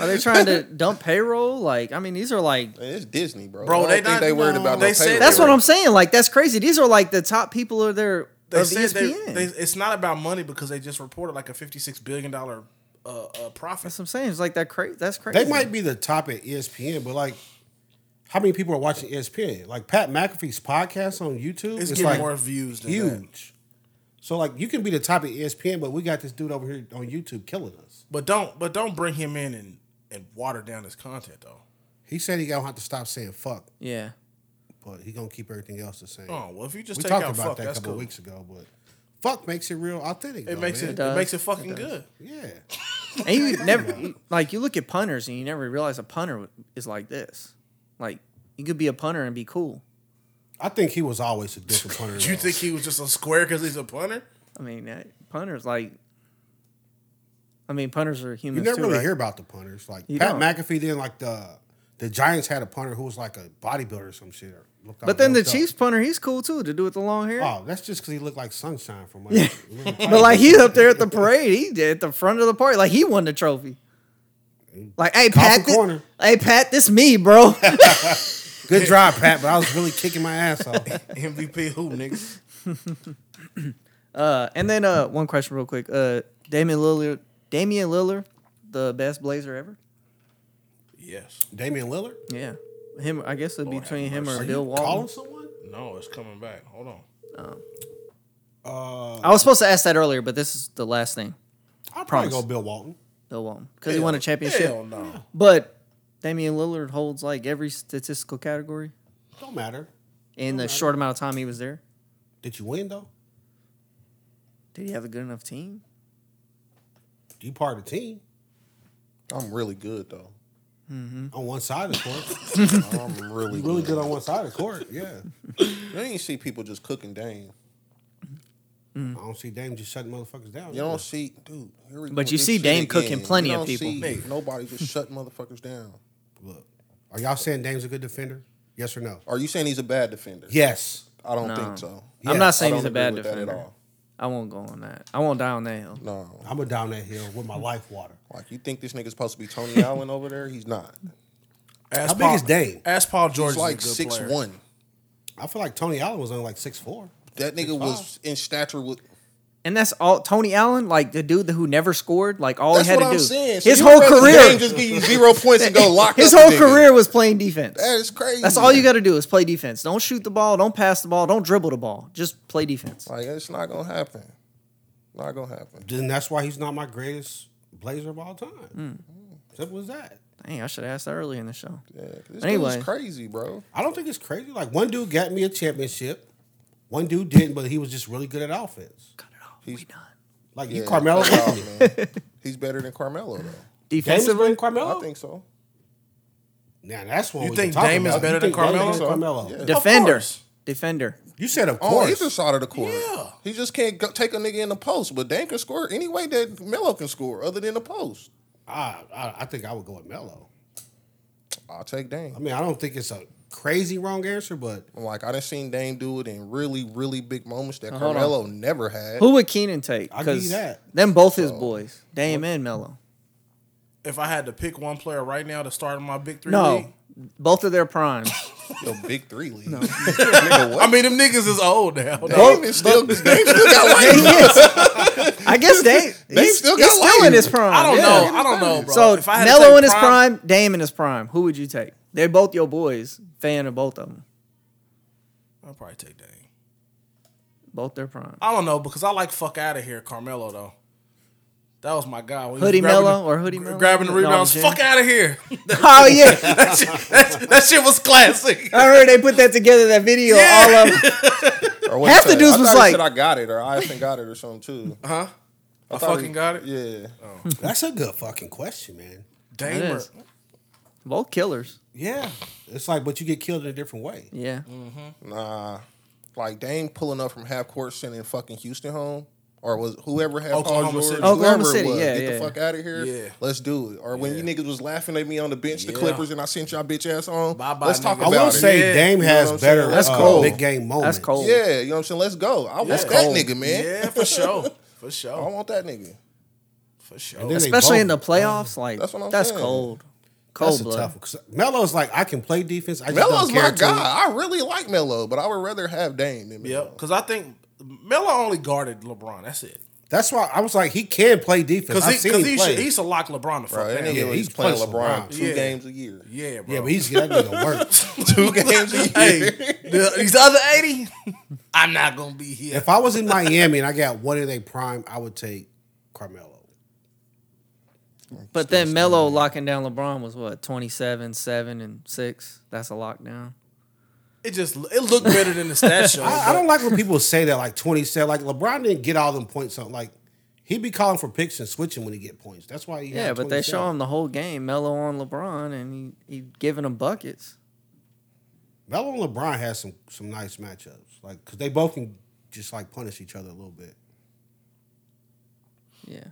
S2: Are they trying to dump payroll? Like, I mean, these are like
S4: Man, it's Disney, bro.
S3: Bro,
S4: I don't
S3: they
S4: think
S3: not-
S4: they worried
S3: no,
S4: about
S3: they
S4: no
S3: said
S4: payroll.
S2: that's what I'm saying. Like, that's crazy. These are like the top people of their
S3: They
S2: of E
S3: said they,
S2: ESPN.
S3: they, it's not about money because they just reported like a fifty-six billion dollar uh, uh, profit.
S2: that's what I'm saying. It's like that crazy. That's crazy.
S1: They might be the top at E ESPN, but like, how many people are watching E ESPN? Like Pat McAfee's podcast on YouTube
S3: It's,
S1: is
S3: getting
S1: like
S3: more views than that.
S1: huge. So like, you can be the top at E ESPN, but we got this dude over here on YouTube killing us.
S3: But don't but don't bring him in and and water down his content though.
S1: He said he gonna have to stop saying fuck,
S2: Yeah.
S1: but he gonna keep everything else the same.
S3: Oh well, if you just
S1: we
S3: take
S1: talked
S3: out
S1: about
S3: fuck,
S1: that a
S3: that's
S1: couple
S3: cool.
S1: weeks ago, but fuck makes it real authentic.
S3: It
S1: though,
S3: makes
S1: man.
S3: it, it
S2: does.
S3: makes it
S2: It
S3: fucking
S2: does.
S3: good.
S1: Yeah,
S2: And you never you- like you look at punters and you never realize a punter is like this. Like you could be a punter and be cool.
S1: I think he was always a disappointer.
S3: Do <laughs> you think he was just a square because he's a punter?
S2: I mean, that, punters like. I mean, punters are
S1: You
S2: humans
S1: never
S2: too,
S1: really
S2: right?
S1: hear about the punters. Like
S2: You
S1: Pat
S2: don't.
S1: McAfee, then like the the Giants had a punter who was like a bodybuilder or some shit. or looked all
S2: but then the
S1: yoked up.
S2: Chiefs punter, he's cool too. To do with the long hair.
S1: Oh, that's just because he looked like sunshine from like.
S2: <laughs> But like he up there at the parade, he did at the front of the party, like he won the trophy. Like, hey
S1: Cop
S2: Pat,
S1: a
S2: thi-
S1: Mm. corner.
S2: hey Pat, this me, bro. <laughs>
S1: Good drive, Pat, but I was really kicking my ass off.
S2: <laughs>
S3: MVP who niggas?
S2: uh, and then uh, one question real quick. Uh, Damian Lillard, Damian Lillard, the best Blazer ever.
S3: Yes.
S1: Damian Lillard?
S2: Yeah, him. I guess it'd be
S3: Lord have
S2: between him or
S3: mercy.
S1: Are
S2: Bill
S1: you
S2: Walton.
S1: calling someone?
S3: No, it's coming back. Hold on.
S1: Uh,
S2: I was supposed to ask that earlier, but this is the last thing.
S1: I'll probably
S2: Promise.
S1: go Bill Walton.
S2: Bill Walton because he won a championship.
S3: Hell no.
S2: But Damian Lillard holds like every statistical category
S1: Don't matter.
S2: in the short amount of time he was there.
S1: Did you win though?
S2: Did he have a good enough team?
S1: You part of the team
S4: I'm really good though.
S2: Mm-hmm.
S1: on one side of the court.
S3: <laughs>
S4: I'm really,
S1: You really good on one side of the court. Yeah.
S4: You ain't see people just cooking Dame.
S2: Mm-hmm.
S1: I don't see Dame just shutting motherfuckers down.
S4: You don't see, dude. Here we go
S2: But
S4: with
S2: you
S4: this
S2: see
S4: shit
S2: Dame cooking
S4: again.
S2: plenty
S4: you
S2: of
S4: don't
S2: people.
S4: See nobody just shutting motherfuckers down.
S1: Look, are y'all saying Dame's a good defender? Yes or no?
S4: Are you saying he's a bad defender?
S1: Yes.
S4: I don't
S2: No.
S4: think so.
S1: Yeah,
S2: I'm not
S4: I
S2: saying
S4: don't
S2: he's a
S4: agree
S2: bad
S4: with that at
S2: defender.
S4: all.
S2: I won't go on that. I won't die on that hill.
S4: No.
S1: I'm a down that hill with my life water.
S4: Like you think this nigga's supposed to
S2: <laughs>
S4: be Tony Allen over there? He's not.
S3: Ask
S1: How big is Dame?
S3: Ask Paul George.
S4: He's like six one.
S1: I feel like Tony Allen was only like six four.
S4: That nigga was in stature with
S2: And that's all Tony Allen, like the dude who never scored, like all
S4: That's
S2: he had
S4: what
S2: to
S4: I'm
S2: do.
S4: saying. So
S2: his
S4: you
S2: whole
S4: rather the game
S2: career,
S4: just give
S2: <laughs>
S4: you zero points and go lock
S2: his
S4: up
S2: whole
S4: the nigga.
S2: career was playing defense.
S4: That is crazy.
S2: That's all you got to do is play defense. Don't shoot the ball. Don't pass the ball. Don't dribble the ball. Just play defense.
S4: Like it's not gonna happen. Not gonna happen.
S1: Then that's why he's not my greatest blazer of all time. Simple as that.
S2: Dang, I should have asked that earlier in the show.
S4: Yeah, this
S2: Anyway.
S4: dude's crazy, bro.
S1: I don't think it's crazy. Like one dude got me a championship, one dude didn't, but he was just really good at offense.
S2: Cut it off.
S4: He's-
S2: we done.
S1: Like
S4: Yeah,
S1: you, Carmelo, <laughs>
S4: fuck
S1: Anthony.
S4: off, man. He's better than Carmelo though.
S1: Damon's better
S2: Defensively,
S1: than Carmelo.
S2: Oh.
S4: I think so.
S1: now that's one
S3: You
S1: we
S3: think
S1: can talk
S3: Damon's
S1: about.
S3: better
S1: You
S3: than
S1: think Damon's
S3: Carmelo?
S1: better than Carmelo?
S4: Yeah.
S2: defender,
S3: course.
S2: defender.
S1: You said of
S3: Oh,
S4: On
S1: course.
S4: either side of the court.
S3: Yeah.
S4: He just can't go, take a nigga in the post, but Dame can score any way that Melo can score, other than the post.
S1: I, I I think I would go with Melo.
S4: I'll take Dame.
S1: I mean, I don't think it's a crazy wrong answer, but
S4: I'm like, I done seen Dame do it in really, really big moments that
S2: hold on.
S4: Carmelo never had.
S2: Who would Keenan take?
S1: I'll give you
S2: 'Cause
S1: that.
S2: Them both his boys, Dame and Melo.
S3: If I had to pick one player right now to start in my big three
S2: No,
S3: league,
S2: both of their primes.
S3: <laughs>
S4: Yo, big
S2: <laughs>
S4: three league. <laughs> nigga, what?
S3: I mean them niggas is old now.
S4: Dame is still, Dame still got life.
S2: Yes. I guess Dame.
S4: They
S2: he's,
S4: still
S2: he's
S4: got
S2: still
S4: life.
S2: in his prime.
S3: I don't
S2: yeah.
S3: know. I don't know, bro.
S2: So
S3: If I had to
S2: Melo
S3: take
S2: in his prime, Dame in his prime. Who would you take? They're both your boys. Fan of both of them.
S3: I'll probably take Dame.
S2: Both their
S3: <laughs>
S2: prime.
S3: I don't know because I like fuck out of here, Carmelo though. That was my guy. When he was
S2: Hoodie
S3: grabbing
S2: Melo
S3: the-
S2: or Hoodie
S3: gra-
S2: Melo?
S3: grabbing the
S2: No,
S3: rebounds.
S2: Jim.
S3: fuck out of
S2: <laughs>
S3: here.
S2: Oh yeah,
S3: that, shit, that- that shit was classic.
S2: I heard they put that together. That video, all of 'em.
S1: <laughs>
S4: Or <laughs> what
S2: Half
S4: he
S2: the
S4: said.
S2: dudes
S4: I
S2: was
S4: thought he
S2: like-
S4: said, I got it, or I haven't got it, or something too. I,
S3: Huh? I,
S4: thought
S3: fucking
S4: he-
S3: got it.
S4: Yeah,
S1: that's a good fucking question, man.
S3: Dame.
S2: It
S3: or-
S2: is. Both killers.
S1: Yeah, it's like, but you get killed in a different way.
S2: Yeah.
S4: nah. Like Dame pulling up from half court, sending fucking Houston home, or was whoever had
S3: Oklahoma
S4: Paul George,
S3: City.
S4: whoever
S2: Oklahoma
S4: it
S2: City,
S4: was,
S2: yeah,
S4: get
S2: yeah.
S4: the fuck out of here.
S3: Yeah.
S4: let's do it. Or when you niggas was laughing at me on the bench, the
S3: Yeah.
S4: Clippers, and I sent y'all bitch ass home.
S3: Bye-bye,
S4: let's talk
S3: nigga.
S1: I
S4: about
S1: will
S4: it.
S1: say
S3: Yeah.
S1: Dame
S4: You know
S1: has
S4: what I'm
S1: better
S4: saying?
S1: that's
S4: That's
S1: uh,
S4: cold.
S1: big game moments.
S2: That's cold.
S4: Yeah, you know what I'm saying. Let's go. I want that
S2: cold.
S4: nigga, man.
S3: Yeah, for sure. For
S4: I
S3: sure.
S4: want that nigga.
S3: For
S1: And
S3: sure.
S1: then they
S2: Especially in the
S1: both-
S2: playoffs, like that's,
S4: That's what I'm saying.
S2: cold. Cold
S1: that's a
S2: blood.
S1: tough. Because Melo's like I can play defense. I just
S4: Melo's
S1: don't care
S4: my
S1: too.
S4: guy. I really like Melo, but I would rather have Dame than Melo.
S3: Yep. Because I think Melo only guarded LeBron. That's it.
S1: That's why I was like he can play defense.
S3: Because
S1: I've
S3: he,
S1: seen
S3: 'cause
S1: him
S3: he,
S1: play.
S3: should, he used to lock LeBron the fuck
S4: Bro, that
S3: down.
S4: nigga
S1: Yeah,
S4: was
S1: he's
S4: playing
S1: punched
S4: Lebron
S1: LeBron.
S4: two
S3: Yeah.
S4: games a year.
S3: Yeah,
S1: <laughs>
S3: bro.
S1: yeah, but he's that nigga
S4: <laughs>
S1: works.
S3: <laughs>
S4: Two games a
S3: hey,
S4: year.
S3: the, these other 80, <laughs> I'm not going to be here.
S1: If I was in Miami and I got one in a prime, I would take Carmelo.
S2: But then Melo locking down LeBron was what, 27, 7, and 6? That's a lockdown.
S3: it just it looked better than the stat show.
S1: I, I don't like when people say that like 27. Like LeBron didn't get all them points on like he be calling for picks and switching when he get points. That's why he
S2: Yeah,
S1: had
S2: but they show
S1: 27.
S2: him the whole game, Melo on LeBron, and he, he giving him buckets.
S1: Melo and LeBron had some some nice matchups. Like cause they both can just like punish each other a little bit.
S2: Yeah.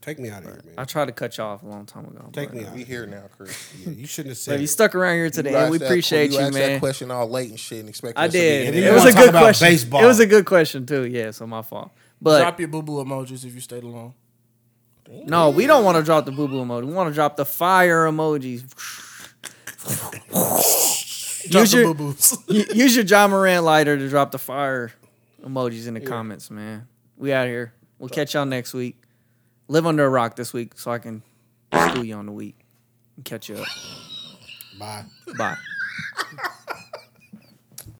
S1: Take me out of here, man.
S2: I tried to cut you off a long time ago.
S1: Take
S2: but-
S1: me out.
S4: We here now, Chris.
S1: Yeah, you shouldn't have
S2: But
S1: said
S2: if you
S1: it.
S2: stuck around here to the
S4: You
S2: end,
S4: asked
S2: we
S4: that-
S2: appreciate you,
S4: asked
S2: man.
S4: that question all late and shit and expect
S2: I
S4: us to be in
S2: did.
S1: And then
S4: there.
S2: It
S1: you
S2: was a
S1: wanna
S2: good
S1: talk about
S2: question.
S1: baseball.
S2: It was a good question too. Yeah, so my fault. But
S3: Drop your boo boo emojis if you stayed alone.
S2: no, we don't want to drop the boo boo emoji. We want to drop the fire emojis.
S3: Drop
S2: Use
S3: the
S2: your-
S3: boo boos.
S2: Y- Use your John Moran lighter to drop the fire emojis in the comments, man. We out here. We'll catch y'all next week. Live under a rock this week so I can school you on the week and catch you up.
S1: Bye.
S2: Bye.